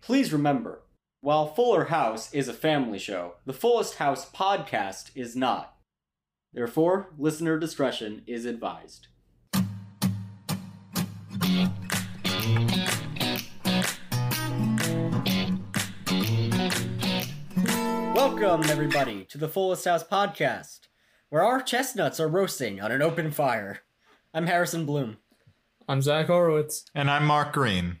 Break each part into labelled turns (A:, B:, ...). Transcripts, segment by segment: A: Please remember, while Fuller House is a family show, the Fullest House podcast is not. Therefore, listener discretion is advised. Welcome, everybody, to the Fullest House podcast, where our chestnuts are roasting on an open fire. I'm Harrison Bloom.
B: I'm Zach Horowitz.
C: And I'm Mark Green.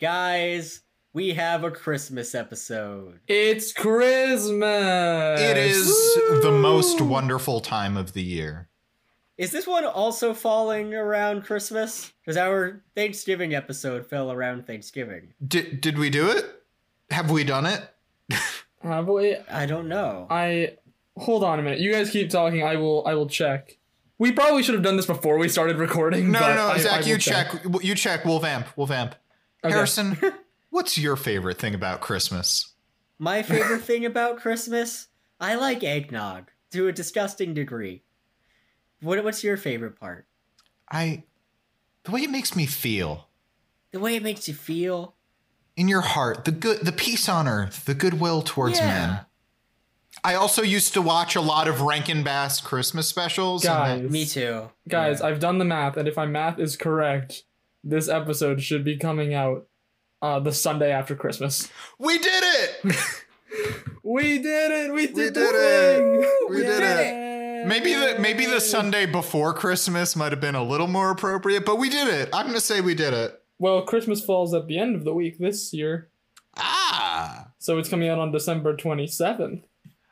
A: Guys, we have a Christmas episode.
B: It's Christmas.
C: It is
B: Woo!
C: the most wonderful time of the year.
A: Is this one also falling around Christmas? Because our Thanksgiving episode fell around Thanksgiving.
C: Did did we do it? Have we done it?
B: Have we?
A: I don't know.
B: Ah, I hold on a minute. You guys keep talking. I will. I will check. We probably should have done this before we started recording.
C: No,
B: but
C: no, no,
B: I- I
C: Zach,
B: will
C: you check. W- You check. We'll vamp. We'll vamp.
B: Okay.
C: Harrison, what's your favorite thing about Christmas?
A: My favorite thing about Christmas, I like eggnog to a disgusting degree. What, what's your favorite part?
C: I the way it makes me feel
A: The way it makes you feel.
C: in your heart, the good, the peace on earth, the goodwill towards
A: Yeah.
C: men. I also used to watch a lot of Rankin Bass Christmas specials. and I-
B: Guys,
A: Me too.
B: Guys,
A: Yeah.
B: I've done the math, and if my math is correct, this episode should be coming out uh, the Sunday after Christmas.
C: we did it.
B: We did it. We did,
C: did
B: the
C: it.
B: thing!
C: We did
A: it.
B: Yay.
C: Maybe the maybe the Sunday before Christmas might have been a little more appropriate, but we did it. I'm gonna say we did it.
B: Well, Christmas falls at the end of the week this year,
C: Ah.
B: so it's coming out on December twenty seventh.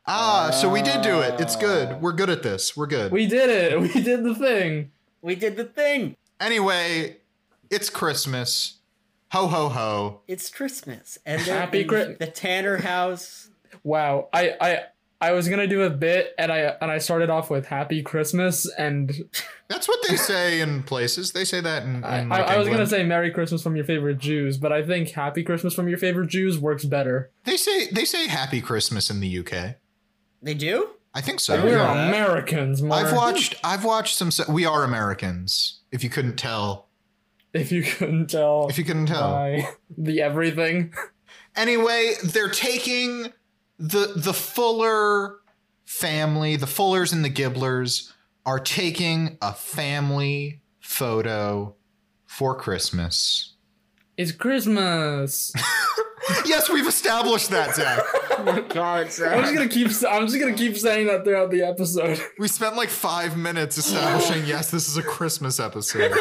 C: Ah, so we did do it. It's good. We're good at this. We're good.
B: We did it. We did the thing.
A: We did the thing.
C: anyway, it's Christmas. Ho ho ho.
A: It's Christmas. And they're
B: Happy
A: in
B: Chri-
A: the Tanner house.
B: Wow. I I I was gonna do a bit and I and I started off with Happy Christmas and
C: That's what they say in places. They say that in, in
B: I, I,
C: like,
B: I was gonna
C: England.
B: say Merry Christmas from your favorite Jews, but I think Happy Christmas from your favorite Jews works better.
C: They say they say Happy Christmas in the UK.
A: They do?
C: I think so.
B: We're
C: yeah.
B: Americans, Mark.
C: I've watched I've watched some se- we are Americans, if you couldn't tell.
B: If you couldn't tell
C: If you couldn't tell.
B: by the everything.
C: anyway, they're taking the the Fuller family, the Fullers and the Gibblers are taking a family photo for Christmas.
B: It's Christmas.
C: Yes, we've established that, Zach.
A: Oh, God,
B: I'm just gonna keep. s- I'm just gonna keep saying that throughout the episode.
C: we spent like five minutes establishing yes, this is a Christmas episode.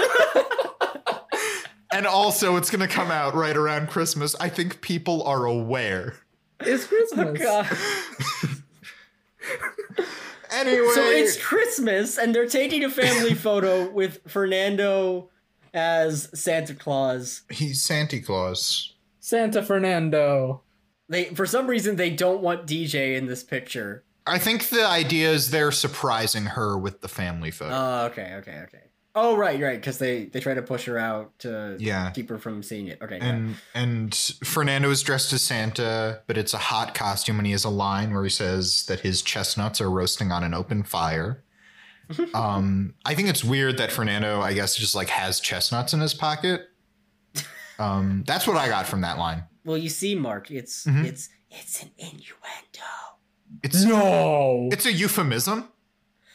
C: and also, it's going to come out right around Christmas. I think people are aware.
B: It's
C: Oh,
B: Christmas.
A: God.
C: Anyway,
A: So it's Christmas, and they're taking a family photo with Fernando as Santa Claus.
C: he's Santa Claus.
B: Santa Fernando.
A: They, for some reason, they don't want DJ in this picture.
C: I think the idea is they're surprising her with the family photo.
A: Oh, okay, okay, okay. Oh, right, right, because they they try to push her out to
C: yeah.
A: keep her from seeing it. Okay, got it.
C: And and Fernando is dressed as Santa, but it's a hot costume, and he has a line where he says that his chestnuts are roasting on an open fire. um, I think it's weird that Fernando, I guess, just like has chestnuts in his pocket. Um, that's what I got from that line.
A: well, you see, Mark, it's
C: Mhm.
A: it's it's an innuendo.
C: It's
B: No.
C: it's a euphemism.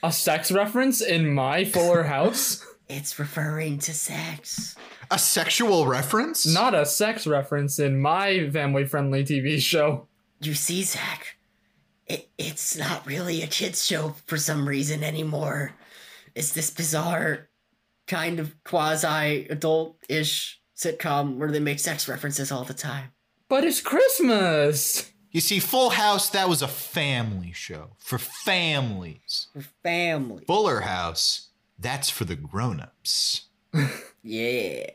B: a sex reference in my Fuller House.
A: It's referring to sex.
C: A sexual reference?
B: Not a sex reference in my family-friendly TV show.
A: You see, Zach, it, it's not really a kids show for some reason anymore. It's this bizarre kind of quasi adult ish sitcom where they make sex references all the time.
B: But it's Christmas.
C: You see, Full House, that was a family show for families.
A: For family.
C: Fuller House, that's for the grown-ups.
A: Yeah.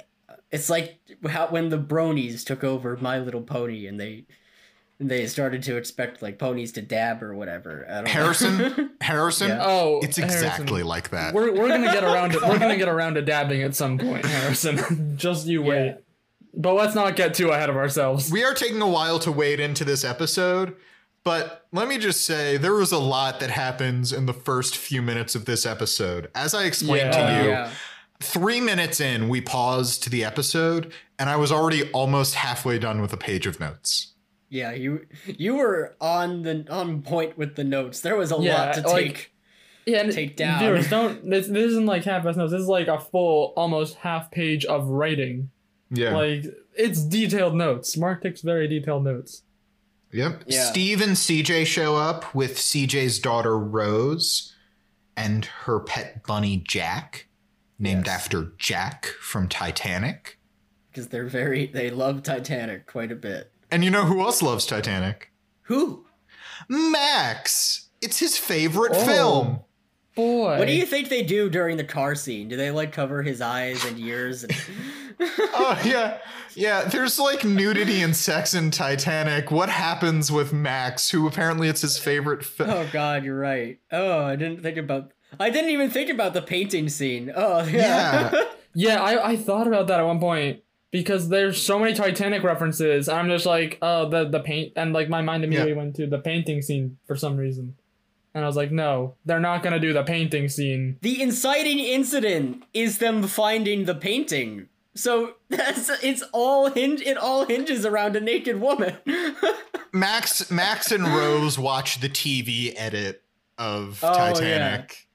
A: It's like how when the bronies took over My Little Pony and they and they started to expect like ponies to dab or whatever. I don't know.
C: Harrison, Harrison,
A: Yeah.
B: Oh,
C: It's
B: Harrison.
C: exactly like that.
B: We're, we're gonna get around to we're gonna get around to dabbing at some point, Harrison. Just you wait.
A: Yeah.
B: But let's not get too ahead of ourselves.
C: We are taking a while to wade into this episode, but let me just say there was a lot that happens in the first few minutes of this episode. As I explained
B: Yeah.
C: to you,
A: yeah.
C: three minutes in, we paused the episode, and I was already almost halfway done with a page of notes.
A: Yeah, you you were on the on point with the notes. There was a
B: Yeah,
A: lot to
B: like-
A: take.
B: Yeah, and
A: Take down.
B: Viewers, don't. This, this isn't like half past notes. This is like a full, almost half page of writing.
C: Yeah.
B: Like it's detailed notes. Mark takes very detailed notes.
C: Yep.
A: Yeah.
C: Steve and CJ show up with CJ's daughter Rose and her pet bunny Jack, named
A: Yes.
C: after Jack from Titanic.
A: because they're very they love Titanic quite a bit.
C: And you know who else loves Titanic?
A: Who?
C: Max. It's his favorite
B: Oh.
C: film.
B: Boy,
A: What do you think they do during the car scene? Do they like cover his eyes and ears? And...
C: Oh yeah. Yeah, there's like nudity and sex in Titanic. What happens with Max who apparently it's his favorite film?
A: oh God, you're right. Oh, I didn't think about. I didn't even think about the painting scene. Oh yeah.
C: Yeah.
B: Yeah, I, I thought about that at one point because there's so many Titanic references. I'm just like, oh, the the paint, and like my mind immediately went to the painting scene for some reason, and I was like, no, they're not gonna do the painting scene.
A: the inciting incident is them finding the painting. So that's it's all hinge. It all hinges around a naked woman. Oh.
C: Max Max and Rose watch the TV edit of
A: Oh, yeah.
C: Titanic.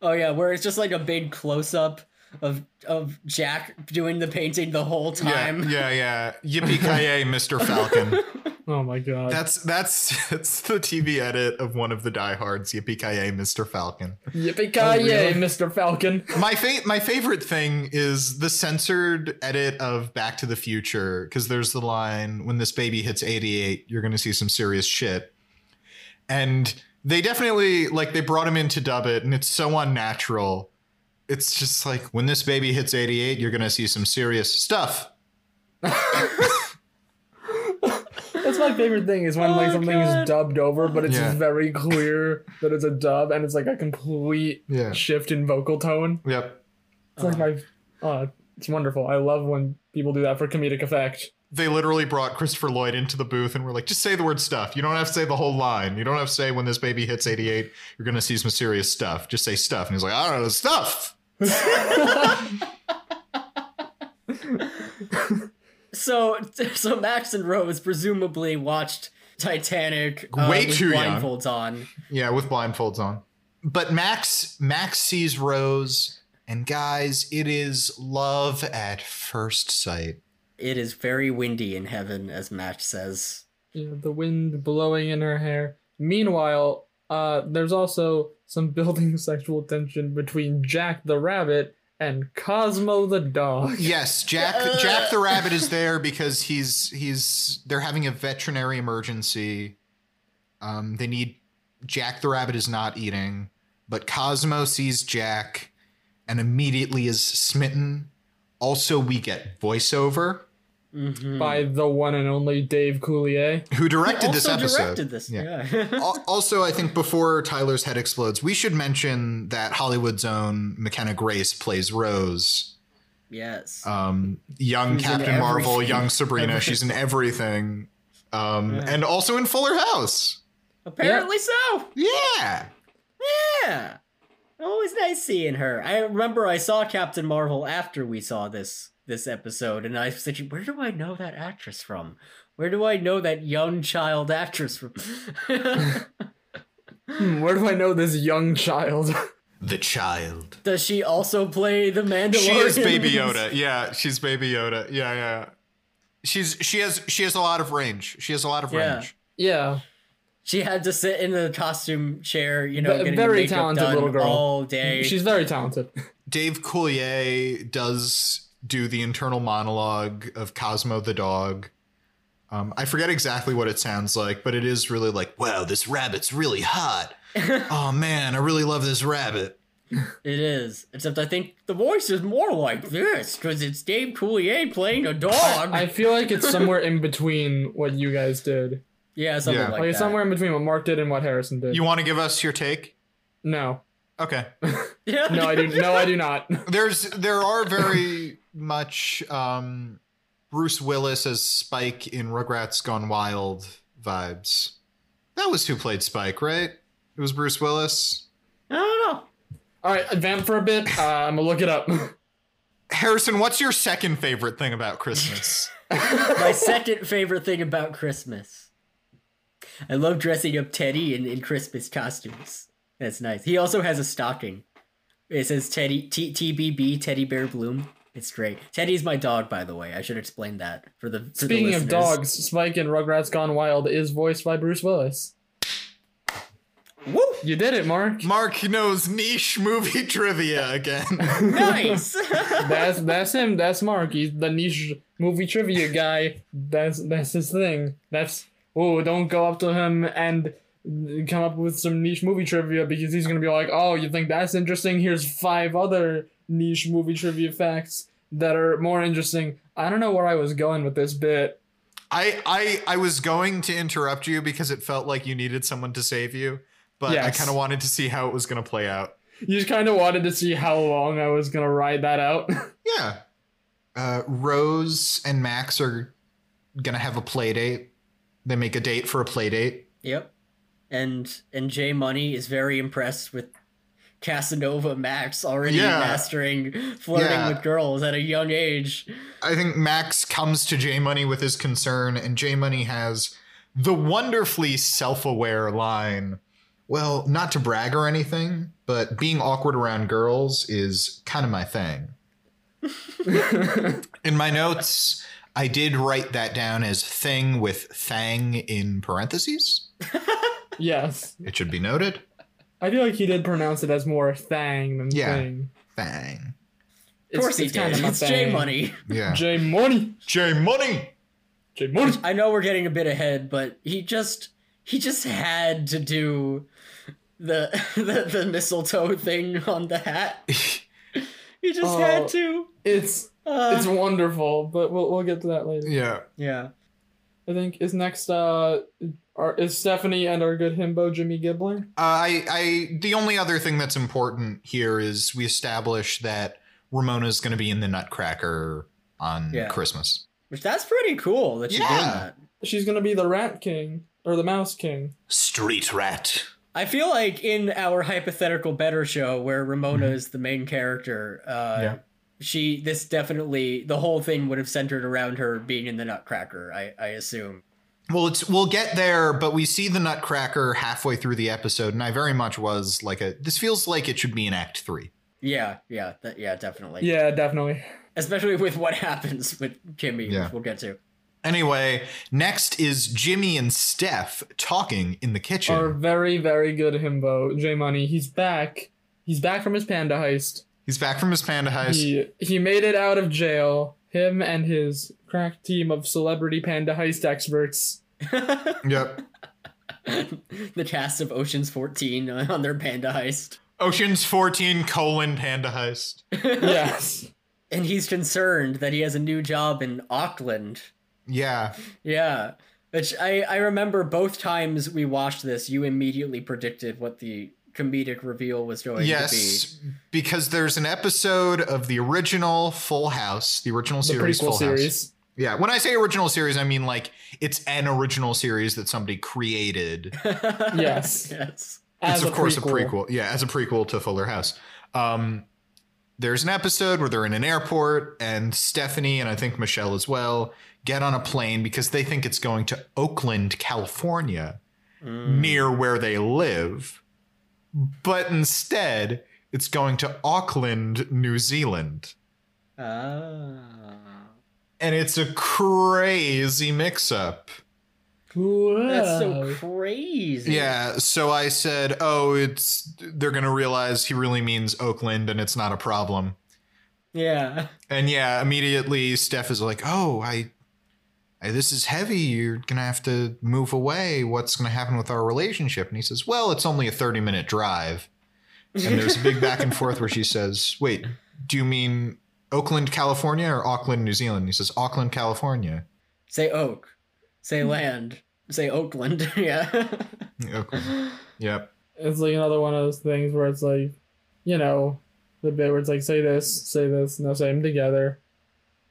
A: oh yeah, where it's just like a big close up of of Jack doing the painting the whole time.
C: Yeah, yeah, yeah. Yippee ki Mr. Falcon.
B: Oh my god.
C: That's that's that's the TV edit of one of the diehards. Yippee ki Mr. Falcon.
B: Yippee
A: Oh,
B: ki
A: really?
B: yay, Mr. Falcon.
C: My fa- my favorite thing is the censored edit of Back to the Future because there's the line when this baby hits 88, you're gonna see some serious shit, and they definitely like they brought him in to dub it, and it's so unnatural. It's just like when this baby hits 88, you're gonna see some serious stuff.
B: That's my favorite thing is when like
A: Oh,
B: something
A: God.
B: is dubbed over, but it's
C: Yeah.
B: very clear that it's a dub, and it's like a complete
C: Yeah.
B: shift in vocal tone.
C: Yep.
B: It's like my, uh, it's wonderful. I love when people do that for comedic effect.
C: they literally brought Christopher Lloyd into the booth and were like, just say the word stuff. You don't have to say the whole line. You don't have to say when this baby hits 88, you're going to see some serious stuff. Just say stuff. And he's like, I don't know, stuff.
A: So, so Max and Rose presumably watched Titanic uh,
C: Way
A: with
C: too young.
A: blindfolds on.
C: Yeah, with blindfolds on. But Max, Max sees Rose. And guys, it is love at first sight.
A: It is very windy in heaven, as Max says.
B: Yeah, the wind blowing in her hair. Meanwhile, uh, there's also some building sexual tension between Jack the rabbit and Cosmo the dog.
C: Yes, Jack
A: Uh.
C: Jack the Rabbit is there because he's he's they're having a veterinary emergency. Um, they need Jack the Rabbit is not eating, but Cosmo sees Jack and immediately is smitten. Also, we get voiceover
A: Mhm.
B: By the one and only Dave Coulier.
C: who directed this
A: also
C: episode.
A: directed this.
C: Yeah.
A: Yeah.
C: Al- also, I think before Tyler's head explodes, we should mention that Hollywood's own McKenna Grace plays Rose.
A: yes.
C: um, young
A: She's in
C: Captain Marvel,
A: everything.
C: young Sabrina. She's in everything, um, and also in Fuller House.
A: Apparently so.
C: Yeah,
A: Yeah. Always nice seeing her. I remember I saw Captain Marvel after we saw this this episode, and I said, "Where do I know that actress from? Where do I know that young child actress from?"
B: Hmm, where do I know this young child?
C: the child.
A: Does she also play the Mandalorian?
C: She is Baby Yoda. Yeah, she's Baby Yoda. Yeah, yeah. She's she has she has a lot of range. She has a lot of
A: Yeah.
C: range.
B: yeah.
A: She had to sit in the costume chair, you know,
B: Ve-
A: getting
B: very
A: makeup
B: talented
A: done
B: little girl.
A: all day.
B: She's very talented.
C: Dave Coulier does do the internal monologue of Cosmo the dog. Um, I forget exactly what it sounds like, but it is really like, wow, this rabbit's really hot. oh man, I really love this rabbit.
A: it is. Except I think the voice is more like this because it's Dave Coulier playing a dog.
B: I feel like it's somewhere in between what you guys did.
A: yeah, something
C: Yeah.
A: like
B: Like, it's
A: that.
B: somewhere in between what Mark did and what Harrison did.
C: You want to give us your take?
B: no.
C: Okay.
A: Yeah.
B: No, I do no I do not.
C: There's there are very much um, Bruce Willis as Spike in Rugrats Gone Wild vibes. That was who played Spike, right? It was Bruce Willis.
A: I don't know.
B: All right, vamp for a bit. Uh, I'm gonna look it up.
C: Harrison, what's your second favorite thing about Christmas?
A: My second favorite thing about Christmas. I love dressing up Teddy in, in Christmas costumes. That's nice. He also has a stocking. It says Teddy T- TBB Teddy Bear Bloom. It's great. Teddy's my dog, by the way. I should explain that for the. For
B: Speaking
A: the
B: of
A: listeners.
B: dogs, Spike in Rugrats Gone Wild is voiced by Bruce Willis.
A: Woo!
B: You did it, Mark.
C: Mark knows niche movie trivia again.
A: Nice.
B: That's that's him. That's Mark. He's the niche movie trivia guy. That's that's his thing. That's oh, don't go up to him and come up with some niche movie trivia because he's gonna be like, oh, you think that's interesting? Here's five other niche movie trivia facts that are more interesting. I don't know where I was going with this bit.
C: I, I I was going to interrupt you because it felt like you needed someone to save you, but I
B: Yes.
C: kind of wanted to see how it was going to play out.
B: You just kind of wanted to see how long I was gonna ride that out.
C: Yeah. Uh, Rose and Max are going to have a play date. They make a date for a play date.
A: yep. And and J Money is very impressed with Casanova Max already
C: Yeah.
A: mastering flirting
C: Yeah.
A: with girls at a young age.
C: I think Max comes to J Money with his concern, and J Money has the wonderfully self aware line Well, not to brag or anything, but being awkward around girls is kind of my thing. in my notes, I did write that down as thing with thang in parentheses.
B: yes,
C: It should be noted.
B: I feel like he did pronounce it as more thang than
C: Yeah.
B: thing.
C: Thang.
A: Of course he
B: it's kind
A: did.
B: my
A: It's J
B: thing.
A: Money.
C: Yeah.
B: J Money.
C: J Money!
B: J Money.
A: I know we're getting a bit ahead, but he just he just had to do the the, the mistletoe thing on the hat. He just
B: Oh.
A: had to.
B: It's
A: Uh,
B: it's wonderful, but we'll we'll get to that later.
C: Yeah.
A: yeah.
B: I think is next uh our, is Stephanie and our good himbo Jimmy Gibbler.
C: Uh, I, I, the only other thing that's important here is we establish that Ramona's going to be in the Nutcracker on
A: Yeah.
C: Christmas.
A: Which that's pretty cool that you're doing
C: Yeah.
A: that.
B: She's gonna be the rat king or the mouse king.
C: Street rat.
A: I feel like in our hypothetical better show where Ramona is the main character, uh
C: Yeah.
A: she this definitely the whole thing would have centered around her being in the Nutcracker, I, I assume.
C: Well, it's we'll get there, but we see the Nutcracker halfway through the episode, and I very much was like a. This feels like it should be in Act Three.
A: Yeah, yeah, that, yeah, definitely.
B: Yeah, definitely.
A: Especially with what happens with Kimmy,
C: Yeah.
A: which we'll get to.
C: Anyway, next is Jimmy and Steph talking in the kitchen.
B: Our very very good himbo J Money. He's back. He's back from his panda heist.
C: He's back from his panda heist.
B: He he made it out of jail. Him and his crack team of celebrity panda heist experts.
C: Yep.
A: the cast of Ocean's 14 on their panda heist.
C: Ocean's fourteen colon panda heist.
B: yes.
A: And he's concerned that he has a new job in Auckland.
C: Yeah.
A: Yeah. Which I, I remember both times we watched this, you immediately predicted what the comedic reveal was going to
C: Yes, because there's an episode of the original Full House, the original
B: The
C: series
B: prequel
C: Full House.
B: series.
C: Yeah, when I say original series, I mean like it's an original series that somebody created.
A: be.
B: Yes.
A: yes.
B: As
C: it's of course a prequel. Yeah, as a prequel to Fuller House. Um there's an episode where they're in an airport and Stephanie and I think Michelle as well get on a plane because they think it's going to Oakland, California,
A: Mm.
C: near where they live. But instead, it's going to Auckland, New Zealand.
A: Ah.
C: And it's a crazy mix up.
B: Whoa.
A: That's so
B: Oh.
A: crazy.
C: Yeah, so I said, "Oh, it's they're going to realize he really means Oakland and it's not a problem."
A: Yeah.
C: And yeah, immediately Steph is like, "Oh, I, I this is heavy. You're going to have to move away. What's going to happen with our relationship?" And he says, "Well, it's only a 30-minute drive." And there's a big back and forth where she says, "Wait, do you mean Oakland, California or Auckland, New Zealand?" And he says, "Auckland, California."
A: Say oak. Say land. Say Oakland. yeah.
C: Oakland. Yep.
B: it's like another one of those things where it's like, you know, the bit where it's like say this, say this, no, say them together.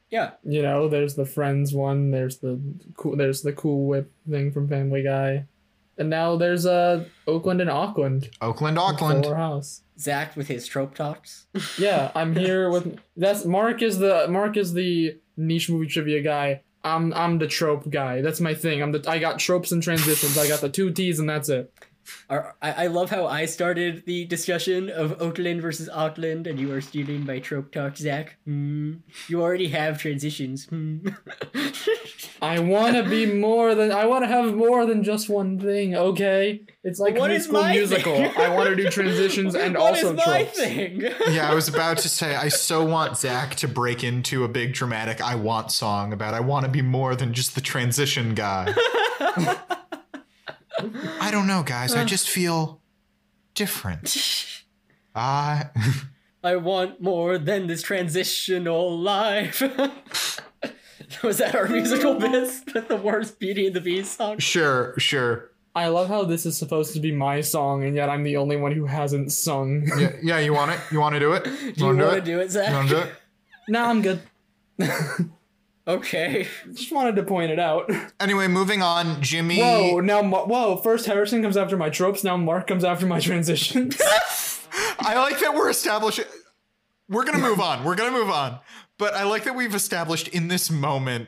A: Yeah.
B: You know, there's the friends one, there's the cool, there's the cool whip thing from Family Guy. And now there's uh Oakland and Auckland.
C: Oakland,
B: in
C: Auckland.
B: Fuller House.
A: Zach with his trope talks.
B: Yeah, I'm here with that's Mark is the Mark is the niche movie trivia guy. I'm I'm the trope guy. That's my thing. I'm the I got tropes and transitions. I got the two T's and that's it.
A: Are- I I love how I started the discussion of Oakland versus Auckland, and you are stealing my trope talk, Zach. Hmm. You already have transitions. Hmm.
B: I want to be more than I want to have more than just one thing. Okay, it's like
A: What
B: high
A: is
B: school
A: my
B: musical.
A: thing?
B: I want to do transitions and
A: What
B: also
A: is my
B: tropes.
A: thing?
C: yeah, I was about to say, I so want Zach to break into a big dramatic I want song about I want to be more than just the transition guy. I don't know, guys. I just feel different. I
A: I want more than this transitional life. Was that our musical bits with the worst Beauty and the Beast song?
C: sure, sure.
B: I love how this is supposed to be my song and yet I'm the only one who hasn't sung.
C: Yeah, yeah, you want it? You want to do it? You
A: Do you
C: wanna
A: want to do it,
C: You
A: Zach?
C: want to do it?
B: nah, I'm good.
A: Okay.
B: Just wanted to point it out.
C: Anyway, moving on. Jimmy.
B: Whoa, now, Ma- whoa, first Harrison comes after my tropes, now Mark comes after my transitions.
C: I like that we're establishing. We're gonna move on. We're gonna move on. But I like that we've established in this moment.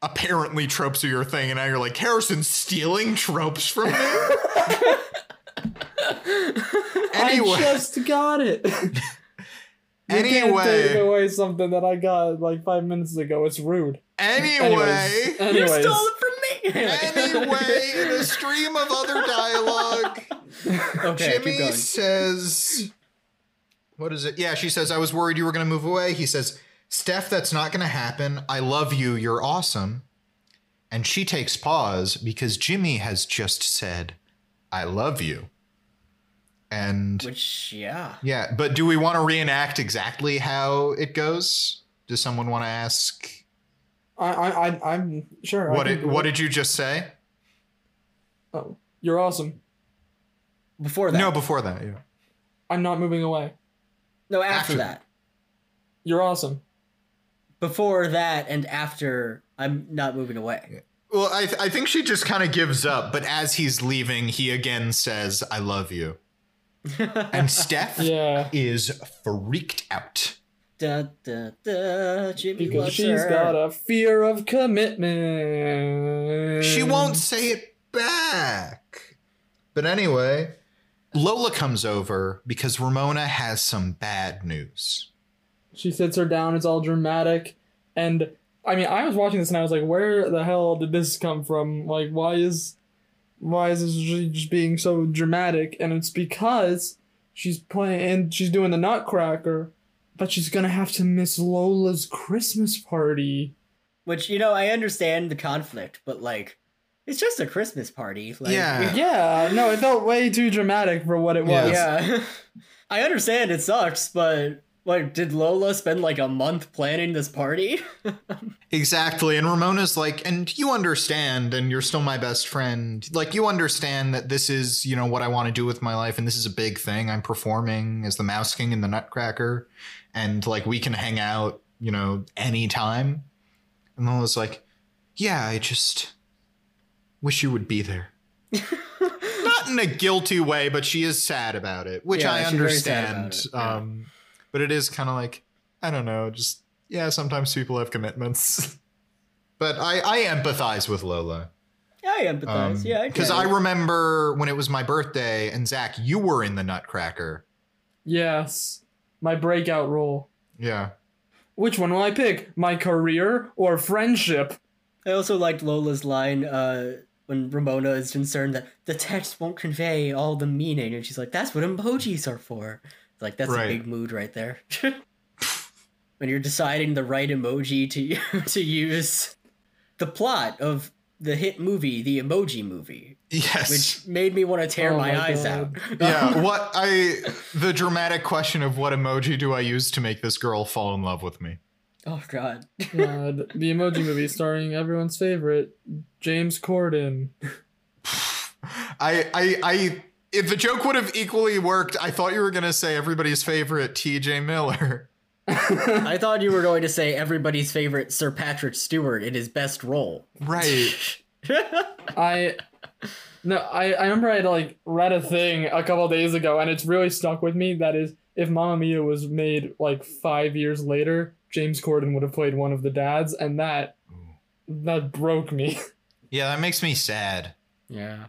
C: Apparently, tropes are your thing, and now you're like Harrison stealing tropes from me.
B: I
C: anyway,
B: just got it. You can't take
C: anyway,
B: away something that I got like five minutes ago. It's rude.
C: anyway,
B: Anyways, anyways,
A: You stole it from me!
C: anyway. In a stream of other dialogue,
A: okay, keep
C: Jimmy
A: going.
C: says, "What is it? Yeah, she says I was worried you were going to move away." He says, "Steph, that's not going to happen. I love you. You're awesome." And she takes pause because Jimmy has just said, "I love you." And
A: Which, yeah.
C: yeah, but do we want to reenact exactly how it goes? Does someone want to ask
B: I, I, I, I'm sure. I
C: what
B: can
C: it,
B: do
C: what did you just say?
B: Oh, you're awesome.
A: Before that.
C: No, before that. Yeah.
B: I'm not moving away.
A: No, after
C: After.
A: that.
B: You're awesome.
A: Before that and after, I'm not moving away.
C: Well, I, th- I think she just kind of gives up, but as he's leaving, he again says, I love you. and Steph
B: Yeah.
C: is freaked out.
A: Da, da, da, Jimmy
B: Because
A: loves
B: she's
A: her.
B: got a fear of commitment.
C: She
B: Mm.
C: won't say it back. But anyway, Lola comes over because Ramona has some bad news.
B: She sits her down. It's all dramatic, and I mean, I was watching this and I was like, "Where the hell did this come from? Like, why is, why is this j- just being so dramatic?" And it's because she's playing and she's doing the Nutcracker, but she's gonna have to miss Lola's Christmas party.
A: Which, you know, I understand the conflict, but like, it's just a Christmas party. Like,
C: Yeah.
B: Yeah, no, it felt way too dramatic for what it was.
A: Yeah. I understand it sucks, but like, did Lola spend like a month planning this party?
C: Exactly. And Ramona's like, and you understand, and you're still my best friend. Like, you understand that this is, you know, what I want to do with my life, and this is a big thing. I'm performing as the Mouse King in the Nutcracker, and like, we can hang out, you know, anytime. And Lola's like, yeah, I just wish you would be there. Not in a guilty way, but she is sad about it, which
A: Yeah,
C: I
A: she's very sad about
C: understand.
A: it, yeah.
C: Um, but it is kind of like, I don't know, just yeah, sometimes people have commitments. but I, I empathize with Lola.
A: I empathize. yeah, I
C: Because
A: get
C: Um, I
A: it.
C: remember when it was my birthday and Zach, you were in the Nutcracker.
B: Yes, my breakout role.
C: Yeah.
B: Which one will I pick? My career or friendship?
A: I also liked Lola's line uh, when Ramona is concerned that the text won't convey all the meaning, and she's like, "That's what emojis are for." It's Like that's
C: Right.
A: a big mood right there. when you're deciding the right emoji to to use, the plot of the hit movie, the Emoji Movie,
C: Yes.
A: which made me want to tear
B: Oh
A: my,
B: my
A: eyes
B: God.
A: out.
C: yeah. What I the dramatic question of what emoji do I use to make this girl fall in love with me?
A: Oh God.
B: God, the Emoji Movie, starring everyone's favorite James Corden.
C: I I I if the joke would have equally worked, I thought you were gonna say everybody's favorite TJ Miller.
A: I thought you were going to say everybody's favorite Sir Patrick Stewart in his best role.
C: Right.
B: I No, I, I remember I had like read a thing a couple days ago and it's really stuck with me. That is, if Mamma Mia was made like five years later, James Corden would have played one of the dads, and that that broke me.
C: Yeah, that makes me sad.
A: Yeah.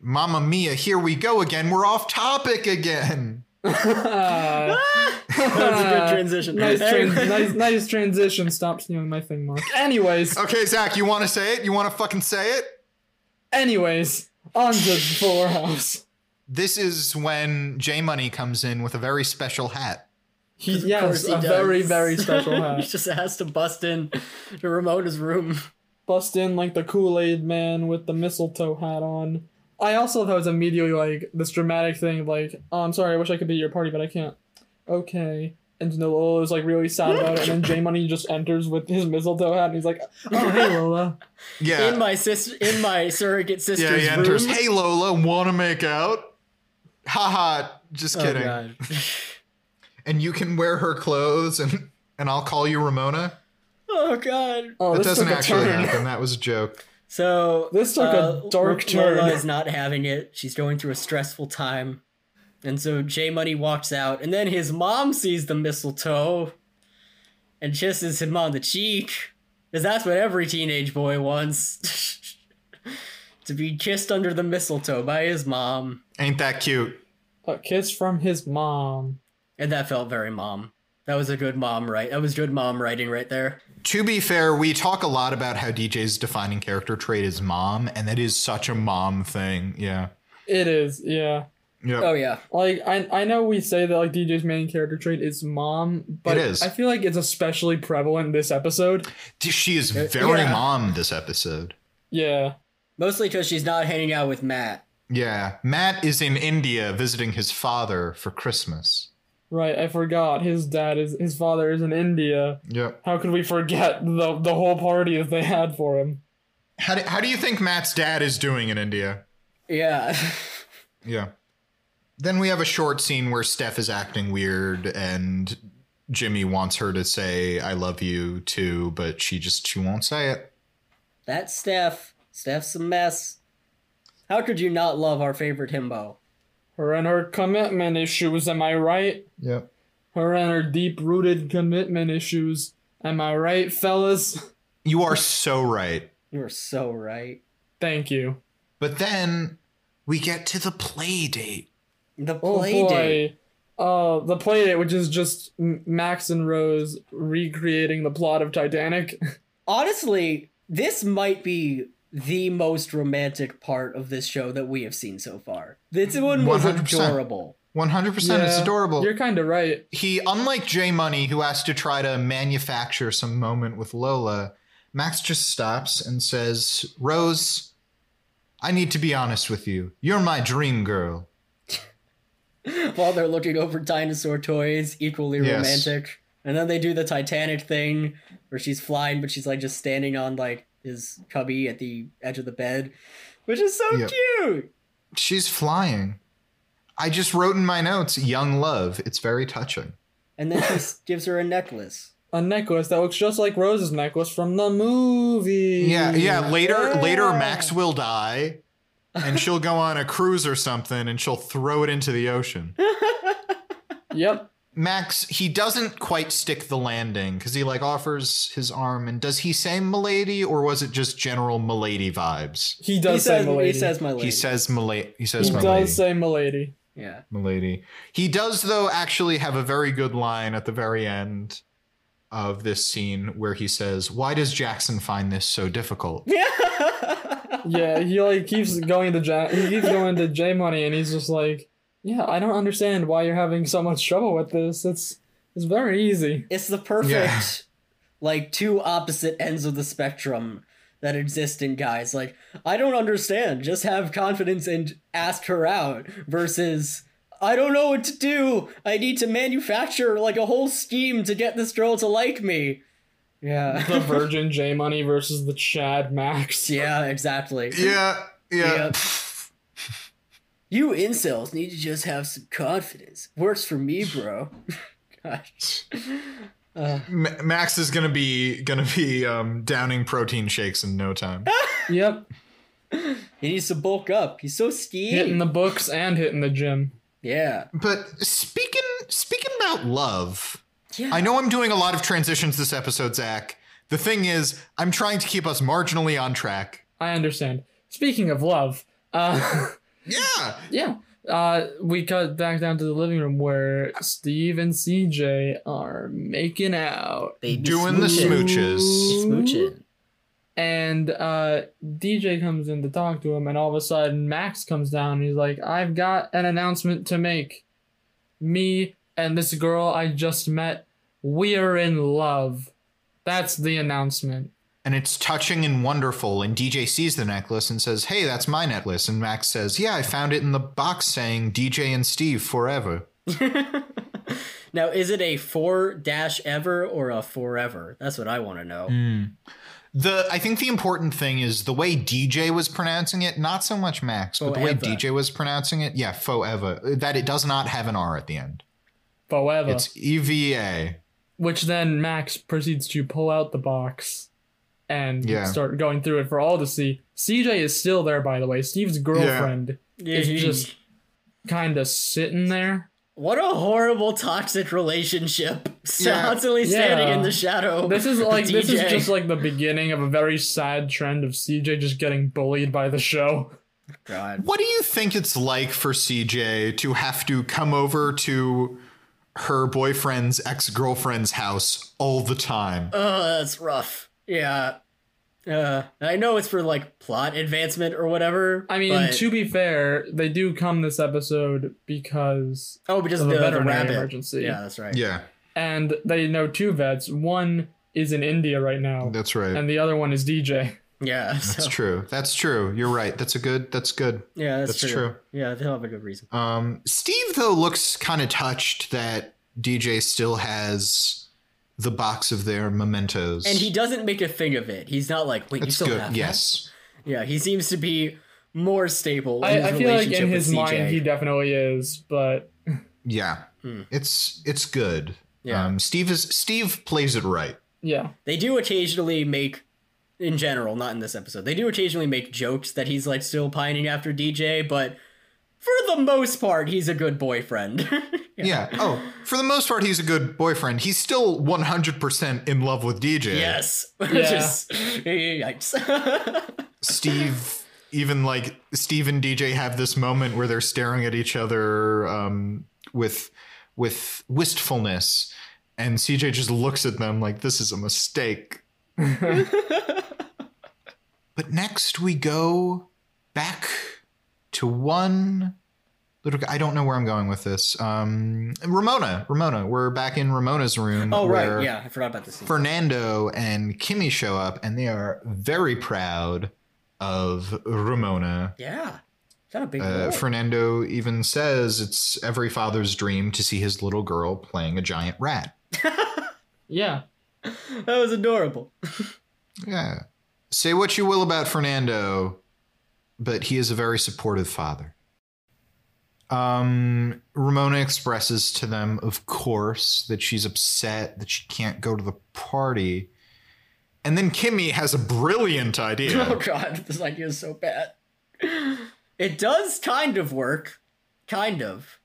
C: Mamma Mia, here we go again. We're off topic again.
A: That was a good transition.
B: nice, tran-
A: Anyway.
B: nice, nice transition. Stop stealing my thing, Mark. Anyways,
C: Okay, Zach, you want to say it? You want to fucking say it?
B: anyways, on to Fuller House.
C: This is when J Money comes in with a very special hat.
B: He,
A: Of
B: yes,
A: course he
B: a
A: does.
B: very, very special
A: he
B: hat.
A: just has to bust in to Ramona's room.
B: Bust in like the Kool Aid Man with the mistletoe hat on. I also thought it was immediately like this dramatic thing of like, oh, I'm sorry, I wish I could be at your party, but I can't. Okay. And then Lola is like really sad about it, and then J Money just enters with his mistletoe hat, and he's like, "Oh hey Lola,
C: Yeah.
A: In my sis, in my surrogate sister's
C: yeah, he enters.
A: room.
C: Hey, Lola, want to make out? Haha, just
A: Oh,
C: kidding.
A: God.
C: and you can wear her clothes and, and I'll call you Ramona.
A: Oh god.
B: oh
C: that
B: this
C: doesn't
B: took a
C: actually
B: turn.
C: happen. That was a joke.
A: So
B: This took a dark
A: L- Lola
B: turn.
A: is not having it. She's going through a stressful time, and so J Money walks out, and then his mom sees the mistletoe, and kisses him on the cheek, because that's what every teenage boy wants. To be kissed under the mistletoe by his mom.
C: Ain't that cute?
B: A kiss from his mom.
A: And that felt very mom. That was a good mom right. That was good mom writing right there.
C: To be fair, we talk a lot about how DJ's defining character trait is mom, and that is such a mom thing. Yeah.
B: It is, yeah.
C: Yep.
A: Oh yeah.
B: Like I, I know we say that like DJ's main character trait is mom, but
C: It is.
B: I feel like it's especially prevalent this episode.
C: She is very
B: yeah.
C: mom this episode.
B: Yeah.
A: Mostly because she's not hanging out with Matt.
C: Yeah. Matt is in India visiting his father for Christmas.
B: Right, I forgot. His dad is his father is in India.
C: Yep.
B: How could we forget the the whole party that they had for him?
C: How do, how do you think Matt's dad is doing in India?
A: Yeah.
C: Yeah. Then we have a short scene where Steph is acting weird and Jimmy wants her to say I love you too, but she just she won't say it.
A: That's Steph. Steph's a mess. How could you not love our favorite himbo?
B: Her and her commitment issues, am I right?
C: Yep.
B: Her and her deep rooted commitment issues. Am I right, fellas?
C: You are so right.
A: You are so right.
B: Thank you.
C: But then we get to the play date.
A: The
B: Oh
A: play
B: boy.
A: date.
B: Uh, the play date, which is just M- Max and Rose recreating the plot of Titanic.
A: Honestly, this might be the most romantic part of this show that we have seen so far. This one was
C: 100%.
A: adorable.
C: 100% it's
B: Yeah,
A: Oh.
C: adorable.
B: You're kind of right.
C: he unlike J Money who has to try to manufacture some moment with Lola, Max just stops and says, "Rose, I need to be honest with you. You're my dream girl."
A: While they're looking over dinosaur toys, equally
C: Yes.
A: romantic. And then they do the Titanic thing where she's flying, but she's like just standing on like his cubby at the edge of the bed, which is so
C: Yep.
A: cute.
C: She's flying. I just wrote in my notes, "Young love." It's very touching.
A: And then she s- gives her a necklace.
B: A necklace that looks just like Rose's necklace from the movie.
C: Yeah, yeah. Later, later,
B: Yeah.
C: Max will die, and she'll go on a cruise or something, and she'll throw it into the ocean.
B: Yep.
C: Max, he doesn't quite stick the landing because he like offers his arm, and does he say "milady" or was it just general "milady" vibes?
B: He does
A: he
B: say
A: says,
B: milady.
A: He says my lady.
C: He says "milady." He
B: He
C: says
B: does
C: "milady."
B: say milady.
A: yeah.
C: "Milady." He does though actually have a very good line at the very end of this scene where he says, "Why does Jackson find this so difficult?"
B: Yeah, he like keeps going to ja- he keeps going to J Money, and he's just like, yeah, I don't understand why you're having so much trouble with this. It's it's very easy.
A: It's the perfect,
C: Yeah.
A: like, two opposite ends of the spectrum that exist in guys. Like, I don't understand. Just have confidence and ask her out versus. I don't know what to do. I need to manufacture like a whole scheme to get this girl to like me.
B: The
A: Yeah.
B: Virgin J Money versus the Chad Max.
A: yeah, exactly.
C: Yeah, yeah.
A: Yep. You incels need to just have some confidence. Works for me, bro. Gosh.
C: Ma- Max is gonna be gonna be um, downing protein shakes in no time.
B: Yep.
A: He needs to bulk up. He's so skinny.
B: hitting the books and hitting the gym.
A: Yeah.
C: But speaking speaking about love,
A: Yeah.
C: I know I'm doing a lot of transitions this episode, Zach. The thing is, I'm trying to keep us marginally on track.
B: I understand. Speaking of love, uh,
C: Yeah.
B: yeah, uh, we cut back down to the living room where Steve and CJ are making out.
A: Baby
C: doing the
A: smooching.
C: smooches.
A: Smooching.
B: and uh, DJ comes in to talk to him, and all of a sudden Max comes down. And he's like, "I've got an announcement to make. Me and this girl I just met, we are in love." That's the announcement.
C: And it's touching and wonderful. And DJ sees the necklace and says, Hey, that's my necklace. And Max says, Yeah, I found it in the box saying DJ and Steve forever.
A: Now, is it a four dash ever or a forever? That's what I want to
B: Mm.
A: know.
C: The I think the important thing is the way DJ was pronouncing it, not so much Max, but the way
A: Forever.
C: DJ was pronouncing it, yeah, forever. That it does not have an R at the end.
B: Forever.
C: It's E EVA.
B: Which then Max proceeds to pull out the box and
C: Yeah.
B: start going through it for all to see. CJ is still there, by the way. Steve's girlfriend is just kind of sitting there.
A: What a horrible toxic relationship. Constantly standing
B: Yeah.
A: in the shadow.
B: This is
A: of
B: like this is
A: DJ.
B: just like the beginning of a very sad trend of CJ just getting bullied by the show.
A: God.
C: What do you think it's like for CJ to have to come over to her boyfriend's ex girlfriend's house all the time?
A: Oh, that's rough. Yeah. Uh, I know it's for like plot advancement or whatever.
B: I mean,
A: but-
B: to be fair, they do come this episode because
A: oh, because
B: of
A: of
B: a
A: the, the
B: veterinary
A: rabbit
B: emergency.
A: Yeah, that's right.
C: yeah,
B: and they know two vets. One is in India right now,
C: that's right.
B: and the other one is DJ.
A: Yeah, so,
C: that's true. That's true. You're right. That's a good. That's good.
A: yeah, that's, true.
C: That's true.
A: Yeah, they'll have a good reason.
C: Um, Steve though looks kind of touched that DJ still has the box of their mementos.
A: And he doesn't make a thing of it. He's not like, wait, you
C: that's
A: still
C: good.
A: have that?
C: Yes.
A: Yeah, he seems to be more stable. In
B: I,
A: his
B: I feel like
A: relationship
B: in
A: with
B: his
A: CJ.
B: mind he definitely is, but
C: Yeah. It's it's good.
A: Hmm. Yeah.
C: Um, Steve is Steve plays it right.
B: yeah,
A: They do occasionally make, in general, not in this episode, they do occasionally make jokes that he's like still pining after DJ, but for the most part, he's a good boyfriend.
C: Yeah. Oh, for the most part, he's a good boyfriend. He's still 100% in love with DJ.
A: yes.
B: Yeah.
A: Just, yikes.
C: Steve, even like Steve and DJ have this moment where they're staring at each other um, with with wistfulness, and CJ just looks at them like this is a mistake. but next we go back to one little. g- I don't know where I'm going with this. Um, Ramona, Ramona, we're back in Ramona's room.
A: oh,
C: where-
A: right. Yeah, I forgot about this. scene.
C: Fernando and Kimmy show up and they are very proud of Ramona.
A: Yeah. Is that a big
C: Uh,
A: role?
C: Fernando even says it's every father's dream to see his little girl playing a giant rat.
B: yeah.
A: That was adorable.
C: Yeah. Say what you will about Fernando, but he is a very supportive father. Um, Ramona expresses to them, of course, that she's upset that she can't go to the party. And then Kimmy has a brilliant idea.
A: Oh, God. This idea is so bad. It does kind of work. Kind of.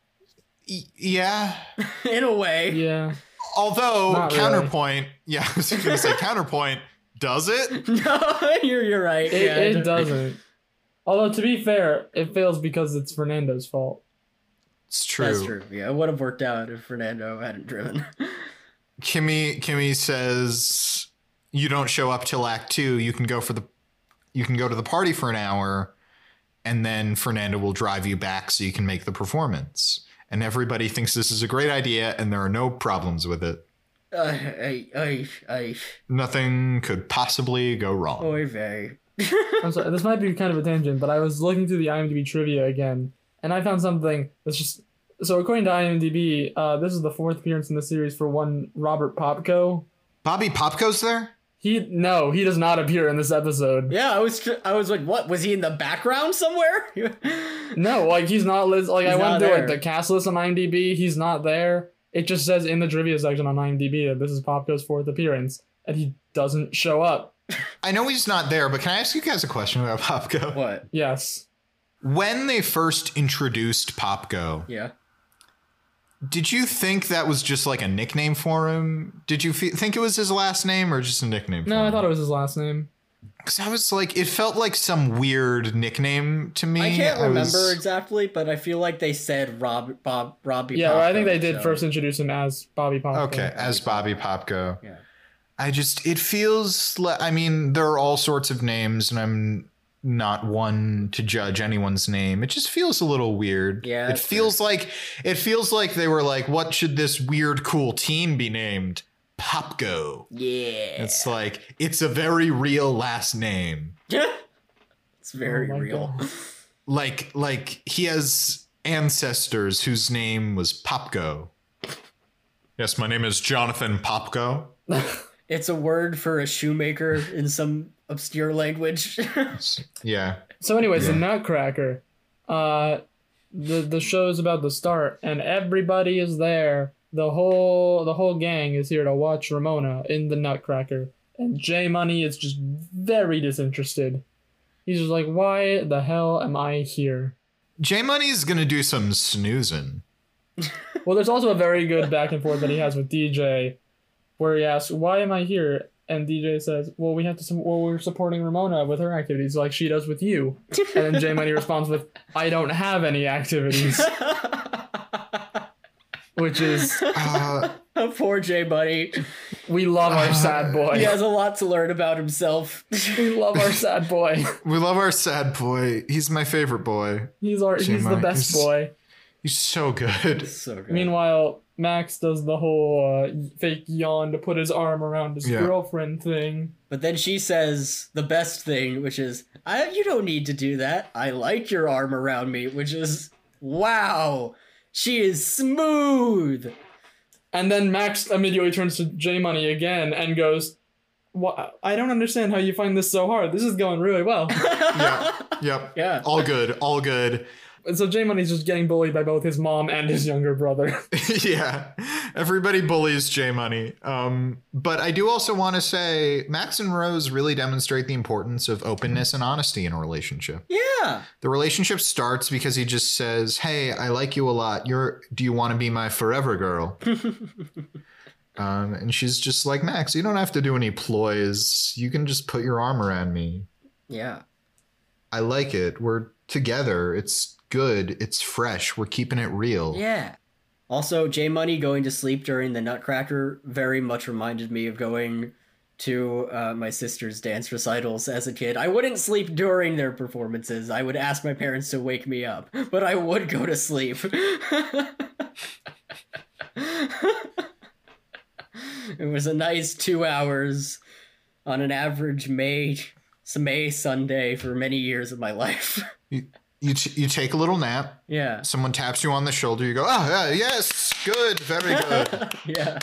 C: Y- yeah.
A: In a way.
B: Yeah.
C: Although
B: Not really.
C: counterpoint, yeah, I was going to say counterpoint. Does it?
A: No, you're, you're right.
B: It,
A: yeah,
B: it doesn't. Although to be fair, it fails because it's Fernando's fault.
C: It's true.
A: That's true. Yeah, it would have worked out if Fernando hadn't driven.
C: Kimmy Kimmy says you don't show up till act 2, you can go for the you can go to the party for an hour and then Fernando will drive you back so you can make the performance. And everybody thinks this is a great idea and there are no problems with it.
A: Uh, I, I, I,
C: Nothing could possibly go wrong.
A: oy vey.
B: I'm sorry. This might be kind of a tangent, but I was looking through the IMDb trivia again, and I found something that's just so. According to IMDb, uh, this is the fourth appearance in the series for one Robert Popko.
C: Bobby Popko's there?
B: He no, he does not appear in this episode.
A: Yeah, I was, tr- I was like, what? Was he in the background somewhere?
B: No, like he's not. Lis- like I
A: He's
B: went
A: not
B: through like
A: there.
B: the cast list on IMDb. He's not there. It just says in the trivia section on IMDb that this is Popko's fourth appearance, and he doesn't show up.
C: I know he's not there, but can I ask you guys a question about Popko?
A: What?
B: Yes.
C: When they first introduced Popko,
A: Yeah.
C: did you think that was just like a nickname for him? Did you fe- think it was his last name or just a nickname?
B: No, I thought it was his last name.
C: because I was like, it felt like some weird nickname to me.
A: I can't remember
C: was-
A: exactly, but I feel like they said Rob Bob Robbie.
B: Yeah, well, I think
A: Popko,
B: they did
A: so-
B: first introduce him as Bobby Popko.
C: Okay, as Bobby Popko.
A: Yeah.
C: I just it feels like I mean there are all sorts of names and I'm not one to judge anyone's name. It just feels a little weird.
A: Yeah,
C: It
A: that's
C: feels like it feels like they were like what should this weird cool team be named? Popko.
A: Yeah.
C: It's like it's a very real last name.
A: it's very
B: Oh my
A: real.
B: God.
C: Like like he has ancestors whose name was Popko. Yes, my name is Jonathan Popko.
A: It's a word for a shoemaker in some obscure language.
C: Yeah.
B: So, anyways, the
C: Yeah.
B: Nutcracker. Uh, the the show's about to start, and everybody is there. The whole the whole gang is here to watch Ramona in the Nutcracker, and J Money is just very disinterested. He's just like, "Why the hell am I here?"
C: J Money's gonna do some snoozing.
B: Well, there's also a very good back and forth that he has with DJ, where he asks, "Why am I here?" And DJ says, "Well, we have to. Some, well, we're supporting Ramona with her activities, like she does with you." And then J Money responds with, "I don't have any activities," which is
C: Uh,
A: Poor J Buddy.
B: we love our sad boy.
A: He has a lot to learn about himself.
B: We love our sad boy.
C: we love our sad boy. He's my favorite boy.
B: He's our
C: J
B: he's the
C: Money
B: best
C: is-
B: boy.
C: He's so good.
A: so good.
B: Meanwhile, Max does the whole uh, fake yawn to put his arm around his
C: Yeah.
B: girlfriend thing.
A: But then she says the best thing, which is, I, you don't need to do that. I like your arm around me, which is, wow, she is smooth.
B: And then Max immediately turns to J Money again and goes, "Wha- I don't understand how you find this so hard. This is going really well.
C: Yeah. Yep.
A: Yeah.
C: All good. All good.
B: and so J Money's just getting bullied by both his mom and his younger brother.
C: yeah. Everybody bullies J Money. Um, but I do also want to say Max and Rose really demonstrate the importance of openness and honesty in a relationship.
A: Yeah.
C: The relationship starts because he just says, "Hey, I like you a lot. You're. Do you want to be my forever girl?" um, and she's just like, "Max, you don't have to do any ploys. You can just put your arm around me.
A: Yeah.
C: I like it. We're together. It's good. It's fresh. We're keeping it real."
A: Yeah. Also, J Money going to sleep during the Nutcracker very much reminded me of going to uh, my sister's dance recitals as a kid. I wouldn't sleep during their performances. I would ask my parents to wake me up, but I would go to sleep. it was a nice two hours on an average May May Sunday for many years of my life.
C: You t- you take a little nap.
A: yeah.
C: Someone taps you on the shoulder. You go, "Ah, yeah, yes, good, very good."
A: Yeah.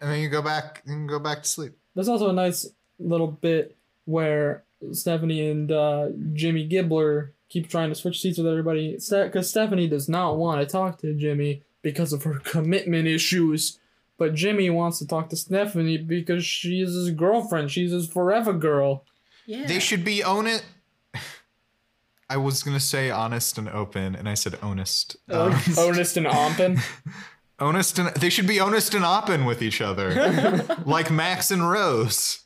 C: and then you go back and go back to sleep.
B: There's also a nice little bit where Stephanie and uh, Jimmy Gibbler keep trying to switch seats with everybody because Stephanie does not want to talk to Jimmy because of her commitment issues. But Jimmy wants to talk to Stephanie because she is his girlfriend. She's his forever girl.
A: Yeah.
C: They should be own it. I was gonna say honest and open, and I said honest.
A: Oh.
C: Um,
B: Onest and Ompin.
C: honest and they should be honest and open with each other, like Max and Rose,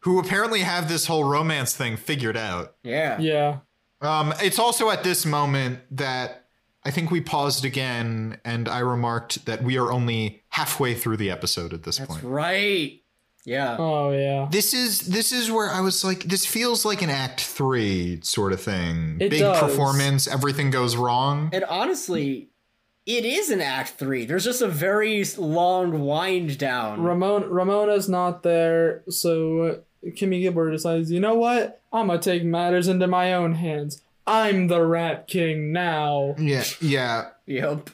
C: who apparently have this whole romance thing figured out.
A: yeah.
B: Yeah.
C: Um, it's also at this moment that I think we paused again, and I remarked that we are only halfway through the episode at this
A: That's
C: point.
A: right. Yeah.
B: Oh yeah.
C: This is this is where I was like, this feels like an act three sort of thing.
B: It
C: Big
B: does.
C: performance, everything goes wrong.
A: And honestly, it is an act three. There's just a very long wind down.
B: Ramon Ramona's not there, so uh, Kimmy Gibbler decides, you know what? I'm gonna take matters into my own hands. I'm the Rat King now.
C: Yeah, yeah.
A: yep.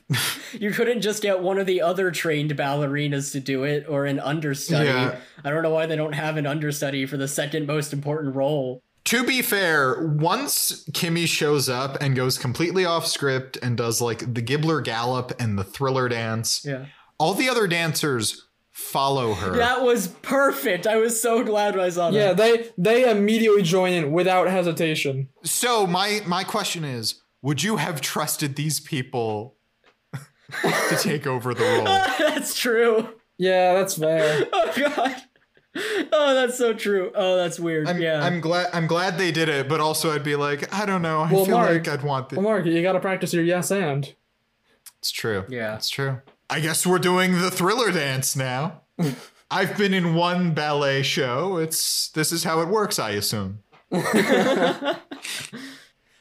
A: you couldn't just get one of the other trained ballerinas to do it or an understudy.
C: Yeah.
A: I don't know why they don't have an understudy for the second most important role.
C: To be fair, once Kimmy shows up and goes completely off script and does like the Gibbler gallop and the thriller dance,
A: Yeah.
C: all the other dancers follow her.
A: That was perfect. I was so glad when I saw that.
B: Yeah, they they immediately join in without hesitation.
C: So my my question is, would you have trusted these people to take over the role?
A: that's true.
B: Yeah, that's fair.
A: Oh god. Oh, that's so true. Oh, that's weird.
C: I'm,
A: yeah.
C: I'm glad I'm glad they did it, but also I'd be like, I don't know. I
B: Well,
C: feel
B: Mark-
C: like I'd want
B: Well,
C: this.
B: Mark, you gotta practice your yes and.
C: It's true.
A: Yeah.
C: It's true. I guess we're doing the thriller dance now. I've been in one ballet show. It's this is how it works, I assume.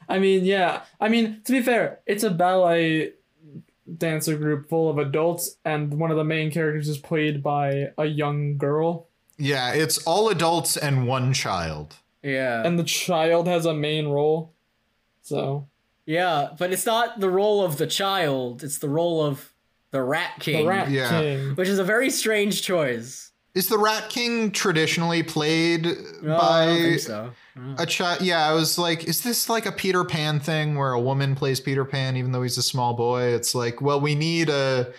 B: I mean, yeah. I mean, to be fair, it's a ballet dancer group full of adults, and one of the main characters is played by a young girl.
C: Yeah, it's all adults and one child.
A: yeah.
B: And the child has a main role. So
A: Yeah, but it's not the role of the child, it's the role of the Rat King.
B: the Rat
C: Yeah.
B: King.
A: Which is a very strange choice.
C: Is the Rat King traditionally played
A: No, I don't
C: by
A: think so. No.
C: a child? Yeah, I was like, is this like a Peter Pan thing where a woman plays Peter Pan even though he's a small boy? It's like, well, we need a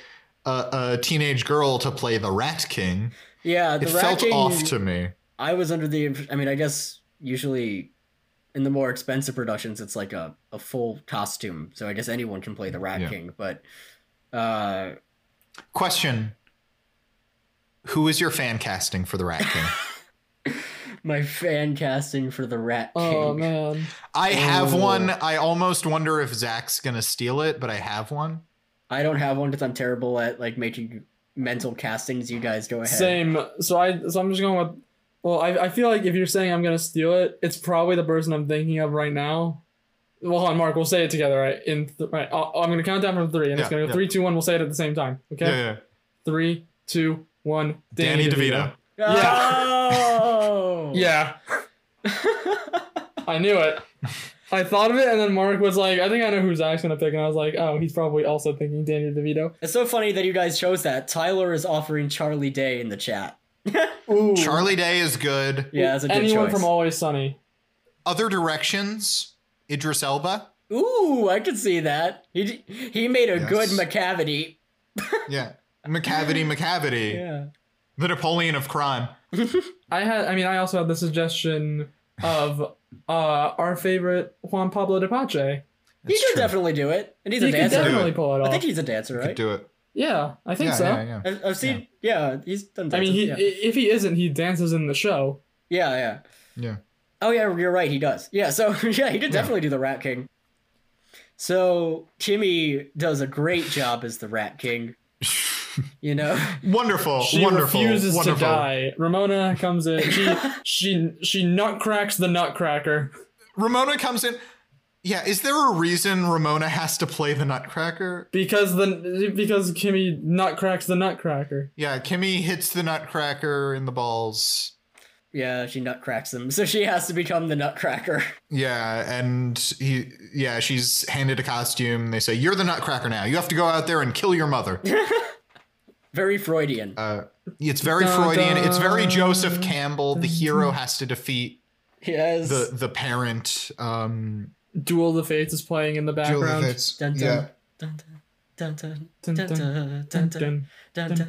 C: a, a teenage girl to play the Rat King.
A: Yeah, the
C: It
A: Rat
C: felt
A: King.
C: off to me.
A: I was under the. imp- I mean, I guess usually in the more expensive productions, it's like a, a full costume. So I guess anyone can play the Rat
C: Yeah.
A: King. But uh,
C: Question: Who is your fan casting for the Rat King?
A: my fan casting for the Rat King.
B: Oh man.
C: I have
B: Oh.
C: one. I almost wonder if Zach's gonna steal it, but I have one.
A: I don't have one because I'm terrible at like making mental castings. You guys go ahead.
B: Same. So I so I'm just going with well, I, I feel like if you're saying I'm gonna steal it, it's probably the person I'm thinking of right now. Well, hold on, Mark. We'll say it together. Right? In th- right, I'll- I'm gonna count down from three, and it's
C: Yeah,
B: gonna go
C: yeah.
B: three, two, one. We'll say it at the same time. Okay. Three, two, one.
C: Danny, DeVito.
A: Ah! Oh!
B: Yeah. I knew it. I thought of it, and then Mark was like, "I think I know who Zach's gonna pick," and I was like, "Oh, he's probably also thinking Danny DeVito."
A: It's so funny that you guys chose that. Tyler is offering Charlie Day in the chat.
B: Ooh,
C: Charlie Day is good.
A: Yeah, that's a good
B: anyone
A: choice.
B: from Always Sunny.
C: Other directions: Idris Elba.
A: Ooh, I could see that. He d- he made a
C: Yes.
A: good McCavity.
C: Yeah, McCavity, McCavity,
A: Yeah.
C: the Napoleon of crime.
B: I had, I mean, I also had the suggestion of uh our favorite Juan Pablo de Pache.
A: He
C: It's
A: could
C: true.
A: definitely do it. And he's
B: he
A: a
B: could
A: dancer.
B: definitely
C: Do it.
B: pull it
A: I
B: off.
A: think he's a dancer, right?
C: do it.
B: yeah, I think
C: yeah,
B: so.
C: yeah, yeah.
A: I've, I've seen. Yeah. he's done.
B: I
A: Dances.
B: mean, he,
A: yeah.
B: if he isn't, he dances in the show.
A: yeah, yeah.
C: Yeah.
A: Oh yeah, you're right. He does. Yeah. So yeah, he did definitely do the Rat King. So Timmy does a great job as the Rat King. you know.
C: Wonderful,
B: She
C: Oh, wonderful,
B: refuses
C: wonderful.
B: to die. Ramona comes in. She she she nutcracks the nutcracker.
C: Ramona comes in. Yeah, is there a reason Ramona has to play the Nutcracker?
B: Because the because Kimmy nutcracks the nutcracker.
C: Yeah, Kimmy hits the Nutcracker in the balls.
A: Yeah, she nutcracks him, so she has to become the Nutcracker.
C: Yeah, and he, yeah, she's handed a costume. They say, "You're the Nutcracker now. You have to go out there and kill your mother."
A: Very Freudian.
C: Uh, it's very
B: Dun,
C: Freudian. It's very
B: dun.
C: Joseph Campbell. The hero has to defeat
A: yes.
C: the the parent. Um,
B: Duel of the Fates is playing in the background.
A: Dun, dun,
C: Yeah.
A: dun, dun, dun, dun,
B: Dun,
A: dun, dun, dun, dun,
B: Dun, dun, dun,
A: dun,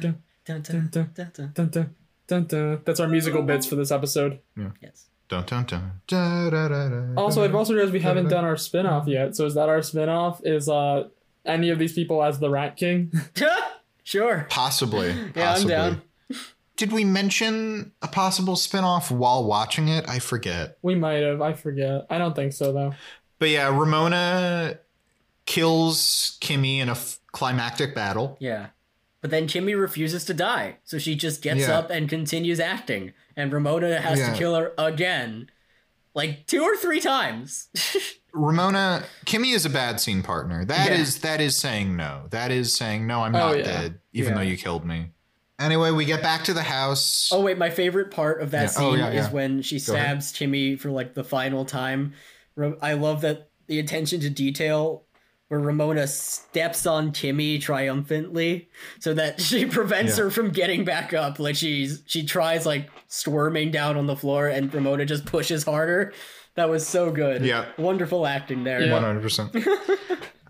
A: dun, dun,
B: dun, dun,
A: dun, dun.
B: dun, dun, dun, dun. That's our musical bits for this episode.
A: Yes.
C: Dun, dun, dun, da, da, da, da,
B: Also, I've
C: da.
B: also realized we haven't done our spin-off yet. So is that our spin-off? Is uh any of these people as the Rat King?
A: sure.
C: possibly.
A: Yeah, I'm
C: possibly.
A: down.
C: Did we mention a possible spinoff while watching it? I forget.
B: we might have. I forget. I don't think so though.
C: But yeah, Ramona kills Kimmy in a f- climactic battle.
A: Yeah. But then Kimmy refuses to die, so she just gets
C: Yeah.
A: up and continues acting, and Ramona has
C: Yeah.
A: to kill her again, like two or three times.
C: Ramona Kimmy is a bad scene partner. That is
A: Yeah.
C: that is saying no. That is saying no, I'm
B: Oh,
C: not
B: yeah.
C: dead, even
A: Yeah.
C: though you killed me. Anyway, we get back to the house.
A: Oh wait, my favorite part of that
C: Yeah.
A: scene
C: Oh, yeah, yeah.
A: is when she
C: Go ahead.
A: stabs Timmy for like the final time. Ra- I love that the attention to detail where Ramona steps on Timmy triumphantly so that she prevents
C: Yeah.
A: her from getting back up. Like she's she tries like squirming down on the floor and Ramona just pushes harder. That was so good.
C: Yeah.
A: Wonderful acting there.
B: Yeah.
C: 100%.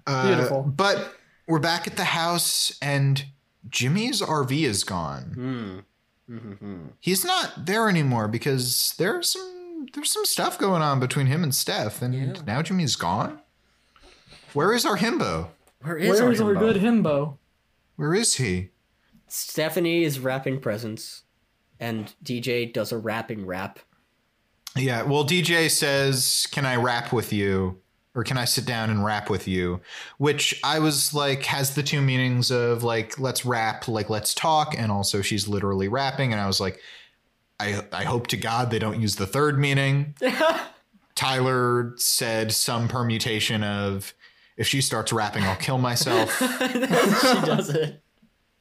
C: Uh,
B: Beautiful.
C: But we're back at the house and Jimmy's RV is gone.
A: Hmm. Mm-hmm.
C: He's not there anymore because there's some there's some stuff going on between him and Steph, and
A: Yeah.
C: now Jimmy's gone. Where is our himbo?
A: Where is
B: Where
A: our
B: is our
A: himbo?
B: good himbo?
C: Where is he?
A: Stephanie is wrapping presents, and DJ does a wrapping rap.
C: Yeah, well, DJ says, Can I rap with you? Or can I sit down and rap with you? Which I was like, has the two meanings of like, let's rap, like, let's talk. And also, she's literally rapping. And I was like, I, I hope to God they don't use the third meaning. Tyler said some permutation of, if she starts rapping, I'll kill myself.
A: she does it.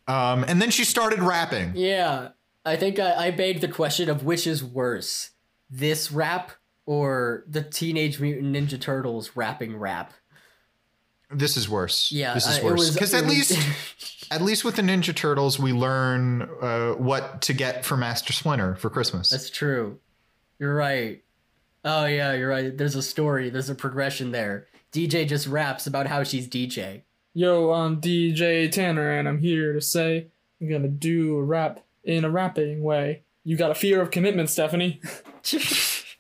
C: um, and then she started rapping.
A: Yeah, I think I, I begged the question of which is worse, this rap or the Teenage Mutant Ninja Turtles rapping rap.
C: This is worse.
A: Yeah,
C: this is
A: I- it
C: worse.
A: was-
C: Because
A: it
C: at
A: was-
C: least, at least with the Ninja Turtles, we learn uh, what to get for Master Splinter for Christmas.
A: That's true. You're right. Oh yeah, you're right. There's a story. There's a progression there. DJ just raps about how she's DJ.
B: Yo, I'm DJ Tanner, and I'm here to say I'm gonna do a rap in a rapping way. You got a fear of commitment, Stephanie. It's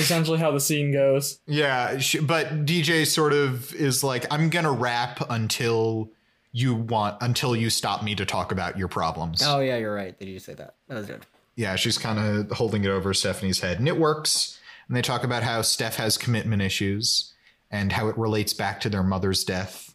B: essentially how the scene goes.
C: yeah, sh but DJ sort of is like, I'm gonna rap until you want, until you stop me to talk about your problems.
A: oh yeah, you're right. They do say that. That was good.
C: Yeah, she's kind of holding it over Stephanie's head, and it works. And they talk about how Steph has commitment issues and how it relates back to their mother's death.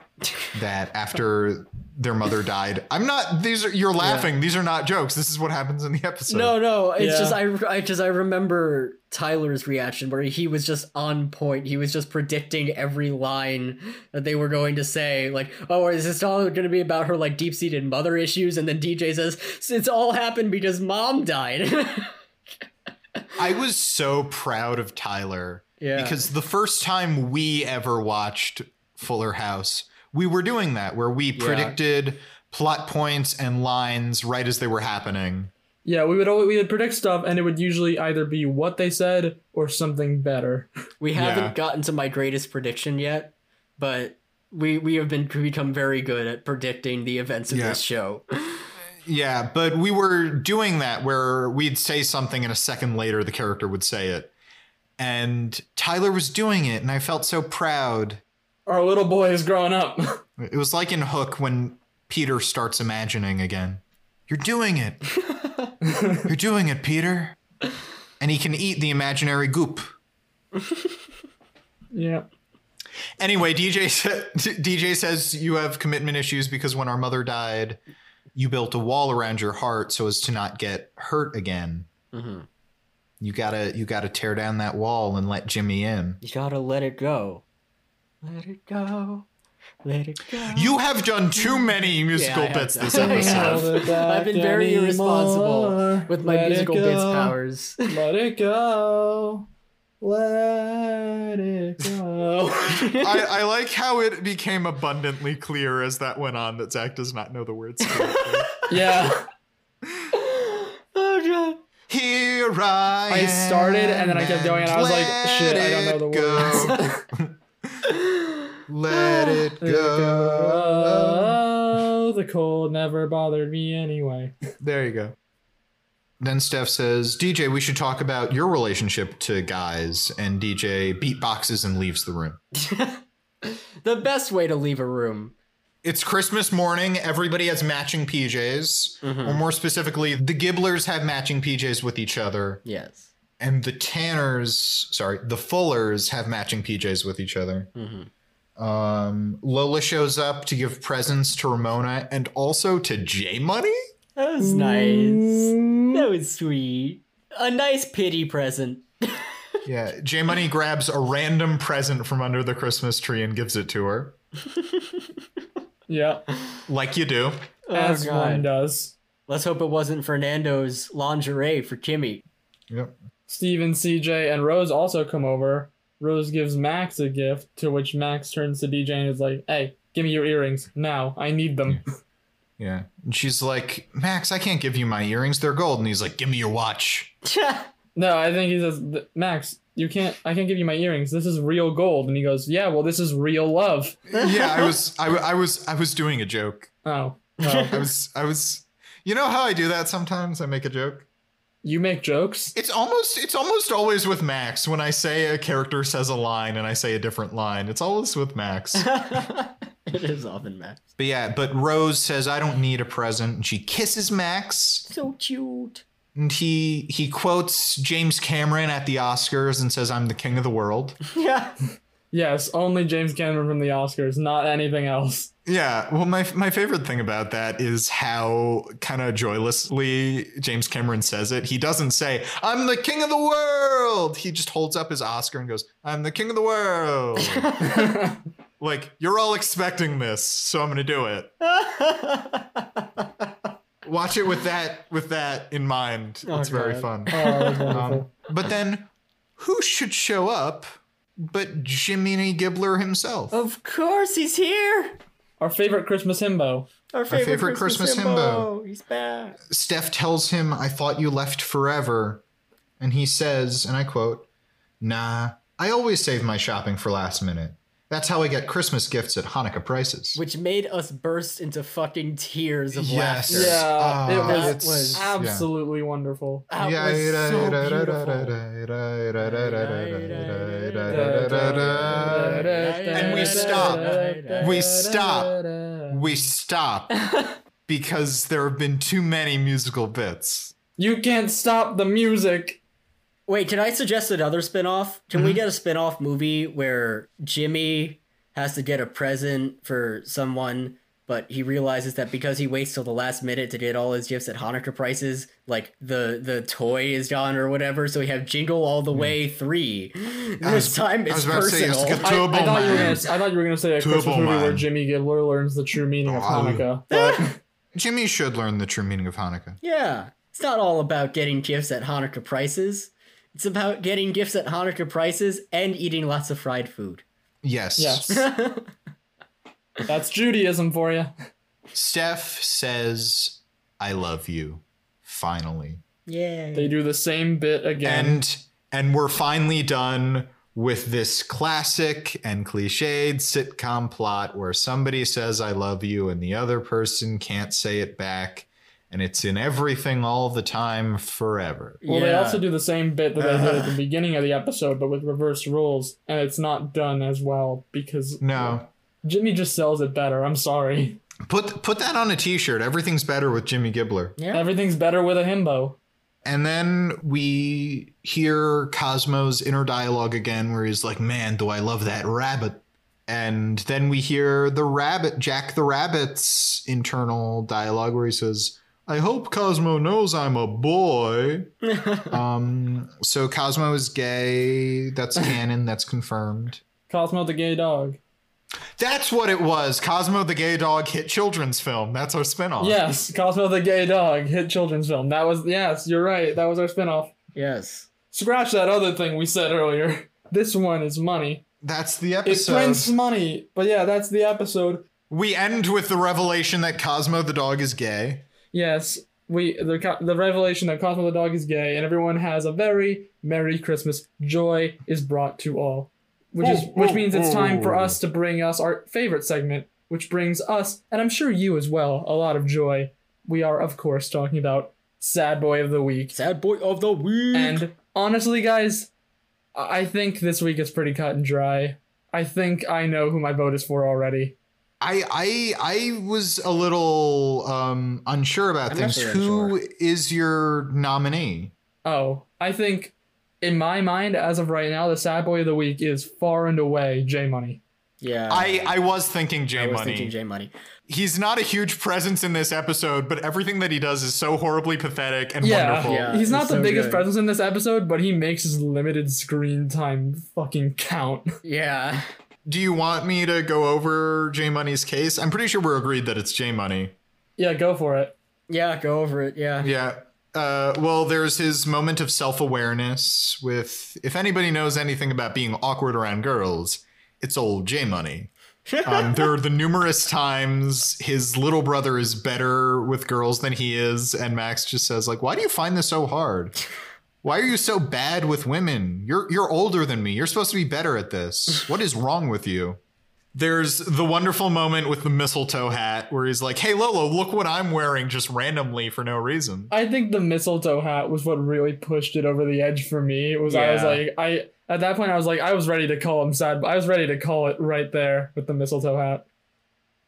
C: that after their mother died, I'm not. These are you're laughing. These are not jokes. This is what happens in the episode.
A: no, no. It's
B: Yeah.
A: just I, I just I remember Tyler's reaction where he was just on point. He was just predicting every line that they were going to say. Like, oh, is this all going to be about her like deep seated mother issues? And then DJ says, "It's all happened because mom died."
C: I was so proud of Tyler
A: yeah,
C: because the first time we ever watched Fuller House, we were doing that where we
A: Yeah.
C: predicted plot points and lines right as they were happening.
B: Yeah, we would always, we would predict stuff, and it would usually either be what they said or something better.
A: we haven't
C: Yeah.
A: gotten to my greatest prediction yet, but we we have been become very good at predicting the events of
C: Yeah.
A: this show.
C: Yeah, but we were doing that where we'd say something and a second later the character would say it. And Tyler was doing it and I felt so proud.
B: Our little boy is growing up.
C: It was like in Hook when Peter starts imagining again. You're doing it. You're doing it, Peter. And he can eat the imaginary goop.
B: yeah.
C: Anyway, DJ sa- DJ says you have commitment issues because when our mother died, you built a wall around your heart so as to not get hurt again.
A: Mhm.
C: You gotta you gotta tear down that wall and let Jimmy in.
A: You gotta let it go. Let it go. Let it go.
C: You have done too many musical
A: I have
C: bits
A: done.
C: this
A: I have
C: episode.
A: I've been very irresponsible with my
B: Let it
A: musical bits
B: go.
A: powers.
B: Let it go. Let it go.
C: I, I like how it became abundantly clear as that went on that Zach does not know the words. correctly.
B: yeah.
A: Oh god.
C: Here I
B: I started and then I kept
C: am,
B: going and I was like,
C: let
B: shit, I don't know the
C: it go. let
B: Let it
C: it go.
B: go. The cold never bothered me anyway.
C: There you go. Then Steph says, DJ, we should talk about your relationship to guys. And DJ beatboxes and leaves the room.
A: The best way to leave a room.
C: It's Christmas morning. Everybody has matching PJs. Or more specifically, the Gibblers have matching PJs with each other.
A: Yes.
C: And the Tanners, sorry, the Fullers have matching PJs with each other. Um, Lola shows up to give presents to Ramona and also to J Money.
A: That was nice. That was sweet. A nice pity present.
C: Yeah, J Money grabs a random present from under the Christmas tree and gives it to her,
B: Yeah.
C: like you do.
A: Oh,
B: As one does.
A: Let's hope it wasn't Fernando's lingerie for Kimmy.
C: Yep.
B: Steven, CJ, and Rose also come over. Rose gives Max a gift, to which Max turns to DJ and is like, hey, give me your earrings now. I need them.
C: Yeah. And she's like, Max, I can't give you my earrings. They're gold. And he's like, Give me your watch.
B: No, I think he says, "Th- Max, you can't, I can't give you my earrings. This is real gold. And he goes, yeah, well, this is real love.
C: yeah, I was, I, w- I was, I was doing a joke.
B: Oh.
C: I was I was you know how I do that sometimes? I make a joke.
B: You make jokes?
C: It's almost it's almost always with Max when I say a character says a line and I say a different line. It's always with Max.
A: it is often Max.
C: But yeah, but Rose says I don't need a present and she kisses Max
A: So cute.
C: and he he quotes James Cameron at the Oscars and says I'm the king of the world.
A: Yeah.
B: Yes, only James Cameron from the Oscars, not anything else.
C: Yeah, well, my my favorite thing about that is how kind of joylessly James Cameron says it. He doesn't say "I'm the king of the world." He just holds up his Oscar and goes, "I'm the king of the world." like you're all expecting this, so I'm gonna do it. Watch it with that with that in mind.
B: Oh,
C: it's very
B: God.
C: fun.
B: Oh, that was
C: Um,
B: wonderful.
C: but then, who should show up? But Jiminy Gibbler himself.
A: of course he's here.
B: Our favorite Christmas himbo.
A: Our favorite,
C: favorite
A: Christmas,
C: Christmas
A: himbo. He's back.
C: Steph tells him, I thought you left forever. And he says, and I quote, Nah, I always save my shopping for last minute. That's how I get Christmas gifts at Hanukkah prices.
A: Which made us burst into fucking tears of
C: Yes.
A: laughter.
B: Yeah,
C: Ah,
B: it was
C: it's-
A: was
C: yeah.
B: Absolutely wonderful.
A: That was so beautiful.
C: And we stop. We stop. We stop because there have been too many musical bits.
B: You can't stop the music.
A: Wait, can I suggest another spin-off? Can
C: Mm-hmm.
A: we get a spin-off movie where Jimmy has to get a present for someone, but he realizes that because he waits till the last minute to get all his gifts at Hanukkah prices, like the the toy is gone or whatever, so we have Jingle All the Way 3. This
C: was-
A: time
C: Mm. I
A: it's
C: was about to say,
A: personal.
C: it's
B: I, I
C: Turbo
B: thought you were
C: Man.
B: gonna. s- I thought you were gonna say a
C: Turbo
B: Christmas movie where
C: Man.
B: Jimmy Gibbler learns the true meaning of
C: Oh.
B: Hanukkah. But
C: Jimmy should learn the true meaning of Hanukkah.
A: yeah. It's not all about getting gifts at Hanukkah prices. It's about getting gifts at Hanukkah prices and eating lots of fried food.
C: Yes.
B: yes, that's Judaism for you.
C: Steph says, I love you. Finally.
A: Yeah.
B: They do the same bit again.
C: and and we're finally done with this classic and cliched sitcom plot where somebody says i love you and the other person can't say it back and it's in everything all the time forever
B: well, they
A: Yeah.
B: also do the same bit that they did at the beginning of the episode, but with reverse rules, and it's not done as well because
C: no
B: Jimmy just sells it better. I'm sorry,
C: put put that on a t-shirt everything's better with jimmy gibbler
A: yeah.
B: everything's better with a himbo.
C: And then we hear Cosmo's inner dialogue again, where he's like, Man, do I love that rabbit? And then we hear the rabbit, Jack the Rabbit's internal dialogue, where he says, I hope Cosmo knows I'm a boy. um, so Cosmo is gay. That's canon. That's confirmed.
B: Cosmo the gay dog.
C: That's what it was. Cosmo the gay dog hit children's film. That's our spinoff.
B: Yes, Cosmo the Gay Dog hit children's film. That was yes, you're right. That was our spinoff.
A: Yes.
B: Scratch that other thing we said earlier. This one is money.
C: That's the
B: It
C: episode.
B: prints money. But yeah, that's the episode.
C: we end with the revelation that Cosmo the dog is gay.
B: Yes, we the co- the revelation that Cosmo the dog is gay and everyone has a very merry Christmas. Joy is brought to all, which is
C: Whoa,
B: which
C: whoa,
B: means it's
C: whoa,
B: time
C: whoa,
B: for
C: whoa.
B: us to bring us our favorite segment, which brings us and I'm sure you as well a lot of joy. We are of course talking about Sad Boy of the Week.
A: Sad boy of the week.
B: And honestly, guys, I I think this week is pretty cut and dry. I think I know who my vote is for already.
C: I I I was a little um unsure about
A: I'm
C: things.
A: actually
C: Who is your nominee?
B: Oh, I think in my mind, as of right now, the sad boy of the week is far and away J Money.
A: yeah,
C: I I was thinking J
A: I was
C: Money.
A: thinking J Money.
C: He's not a huge presence in this episode, but everything that he does is so horribly pathetic and
B: Yeah.
C: wonderful.
A: Yeah.
B: He's not
A: he's
B: the
A: so
B: biggest
A: good.
B: presence in this episode, but he makes his limited screen time fucking count.
A: Yeah,
C: Do you want me to go over J Money's case? I'm pretty sure we're agreed that it's J Money.
B: yeah, go for it.
A: yeah, go over it. Yeah,
C: Yeah. Uh, well, there's his moment of self awareness with if anybody knows anything about being awkward around girls, it's old J Money. Um, there are the numerous times his little brother is better with girls than he is, and Max just says, like, why do you find this so hard? Why are you so bad with women? You're you're older than me. You're supposed to be better at this. What is wrong with you? There's the wonderful moment with the mistletoe hat where he's like, "Hey Lolo, look what I'm wearing just randomly for no reason."
B: I think the mistletoe hat was what really pushed it over the edge for me. It was I was
C: Yeah.
B: like I at that point I was like I was ready to call him sad, but I was ready to call it right there with the mistletoe hat.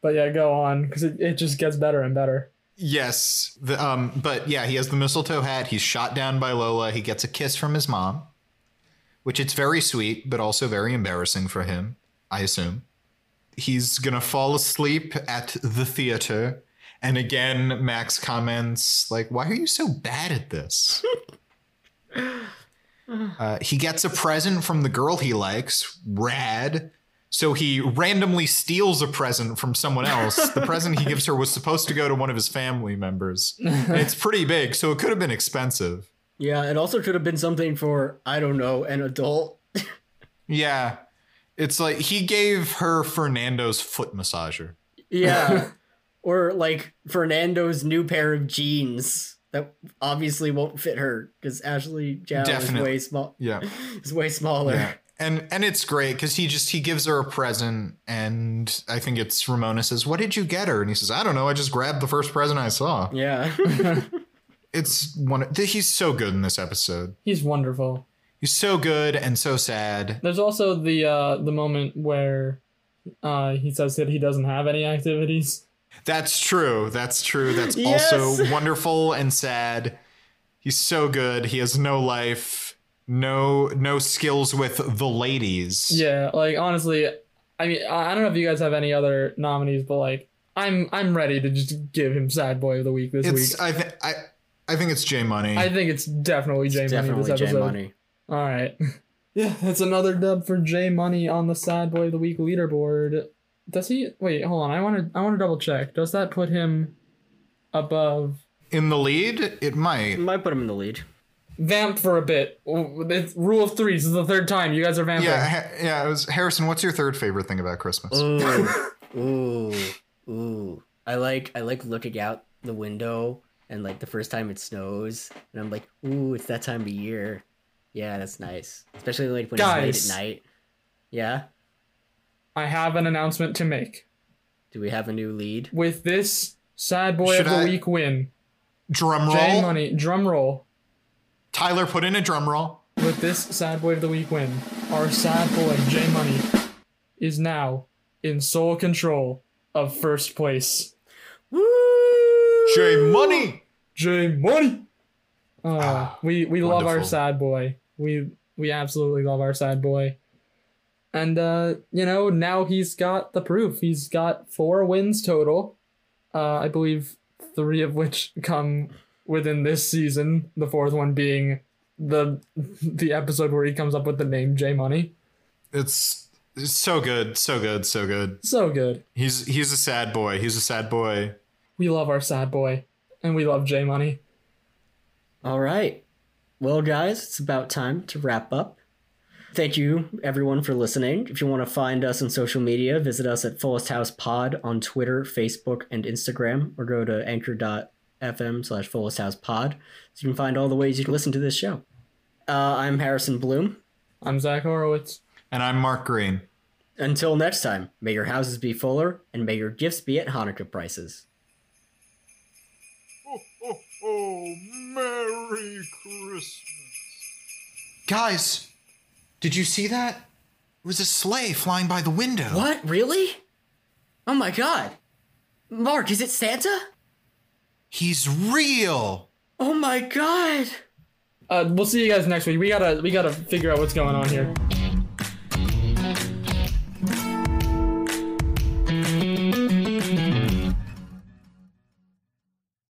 B: But yeah, go on because it, it just gets better and better.
C: Yes, the, um, but yeah, he has the mistletoe hat. He's shot down by Lola. He gets a kiss from his mom, which it's very sweet, but also very embarrassing for him. I assume he's gonna fall asleep at the theater. And again, Max comments like, "Why are you so bad at this?" Uh, he gets a present from the girl he likes. Rad. So he randomly steals a present from someone else. the present he gives her was supposed to go to one of his family members. And it's pretty big, so it could have been expensive.
A: Yeah, it also should have been something for, I don't know, an adult.
C: Yeah. It's like he gave her Fernando's foot massager.
A: Yeah. or like Fernando's new pair of jeans that obviously won't fit her because Ashley Jow is
C: Definitely.
A: way small
C: Yeah.
A: is way smaller.
C: Yeah. And and it's great because he just he gives her a present and I think it's Ramona says, What did you get her? And he says, I don't know, I just grabbed the first present I saw.
A: Yeah.
C: It's one of, he's so good in this episode.
B: He's wonderful.
C: He's so good and so sad.
B: There's also the uh, the moment where uh, he says that he doesn't have any activities.
C: That's true. That's true. That's
A: Yes.
C: also wonderful and sad. He's so good. He has no life, no no skills with the ladies.
B: Yeah, like honestly, I mean I I don't know if you guys have any other nominees, but like I'm I'm ready to just give him sad boy of the week this
C: it's
B: week.
C: I th- I I think it's J Money.
B: I think it's definitely J Money this
A: Definitely
B: episode.
A: J Money.
B: All right. Yeah, that's another dub for J Money on the Sad Boy of the Week leaderboard. Does he? Wait, hold on. I want to. I want to double check. Does that put him above
C: In the lead, it might.
A: Might put him in the lead.
B: Vamp for a bit? Oh, It's rule of threes. This is the third time you guys are vamping.
C: Yeah, ha- yeah. It was Harrison. What's your third favorite thing about Christmas?
B: Uh,
A: Ooh. ooh. Ooh. I like I like looking out the window and like the first time it snows and I'm like, ooh, it's that time of year. Yeah, that's nice. Especially like when it's
B: Guys.
A: late at night. Yeah.
B: I have an announcement to make.
A: Do we have a new lead?
B: With this Sad Boy
C: Should
B: of the
C: I-
B: Week win,
C: drum
B: J
C: roll.
B: Money drum roll.
C: Tyler, put in a drum roll.
B: With this Sad Boy of the Week win, our Sad Boy J Money is now in sole control of first place.
C: J Money.
B: J Money. Uh,
C: Ah,
B: we we love our
C: wonderful.
B: sad boy. We we absolutely love our sad boy. And uh, you know now he's got the proof. He's got four wins total. Uh, I believe three of which come within this season. The fourth one being the the episode where he comes up with the name J Money.
C: It's, it's so good. So good. So good.
B: So good.
C: He's he's a sad boy. He's a sad boy.
B: We love our sad boy, and we love J Money.
A: All right. Well, guys, it's about time to wrap up. Thank you, everyone, for listening. If you want to find us on social media, visit us at Fullest House Pod on Twitter, Facebook, and Instagram, or go to anchor.fm slash Fullest House Pod. So you can find all the ways you can listen to this show. Uh, I'm Harrison Bloom.
B: I'm Zach Horowitz.
C: And I'm Mark Green.
A: Until next time, may your houses be fuller, and may your gifts be at Hanukkah prices.
C: Oh, oh, Merry Christmas. Guys, did you see that? It was a sleigh flying by the window.
A: What? Really? Oh my god. Mark, is it Santa?
C: He's real.
A: Oh my god.
B: Uh, we'll see you guys next week. We gotta we gotta figure out what's going on here.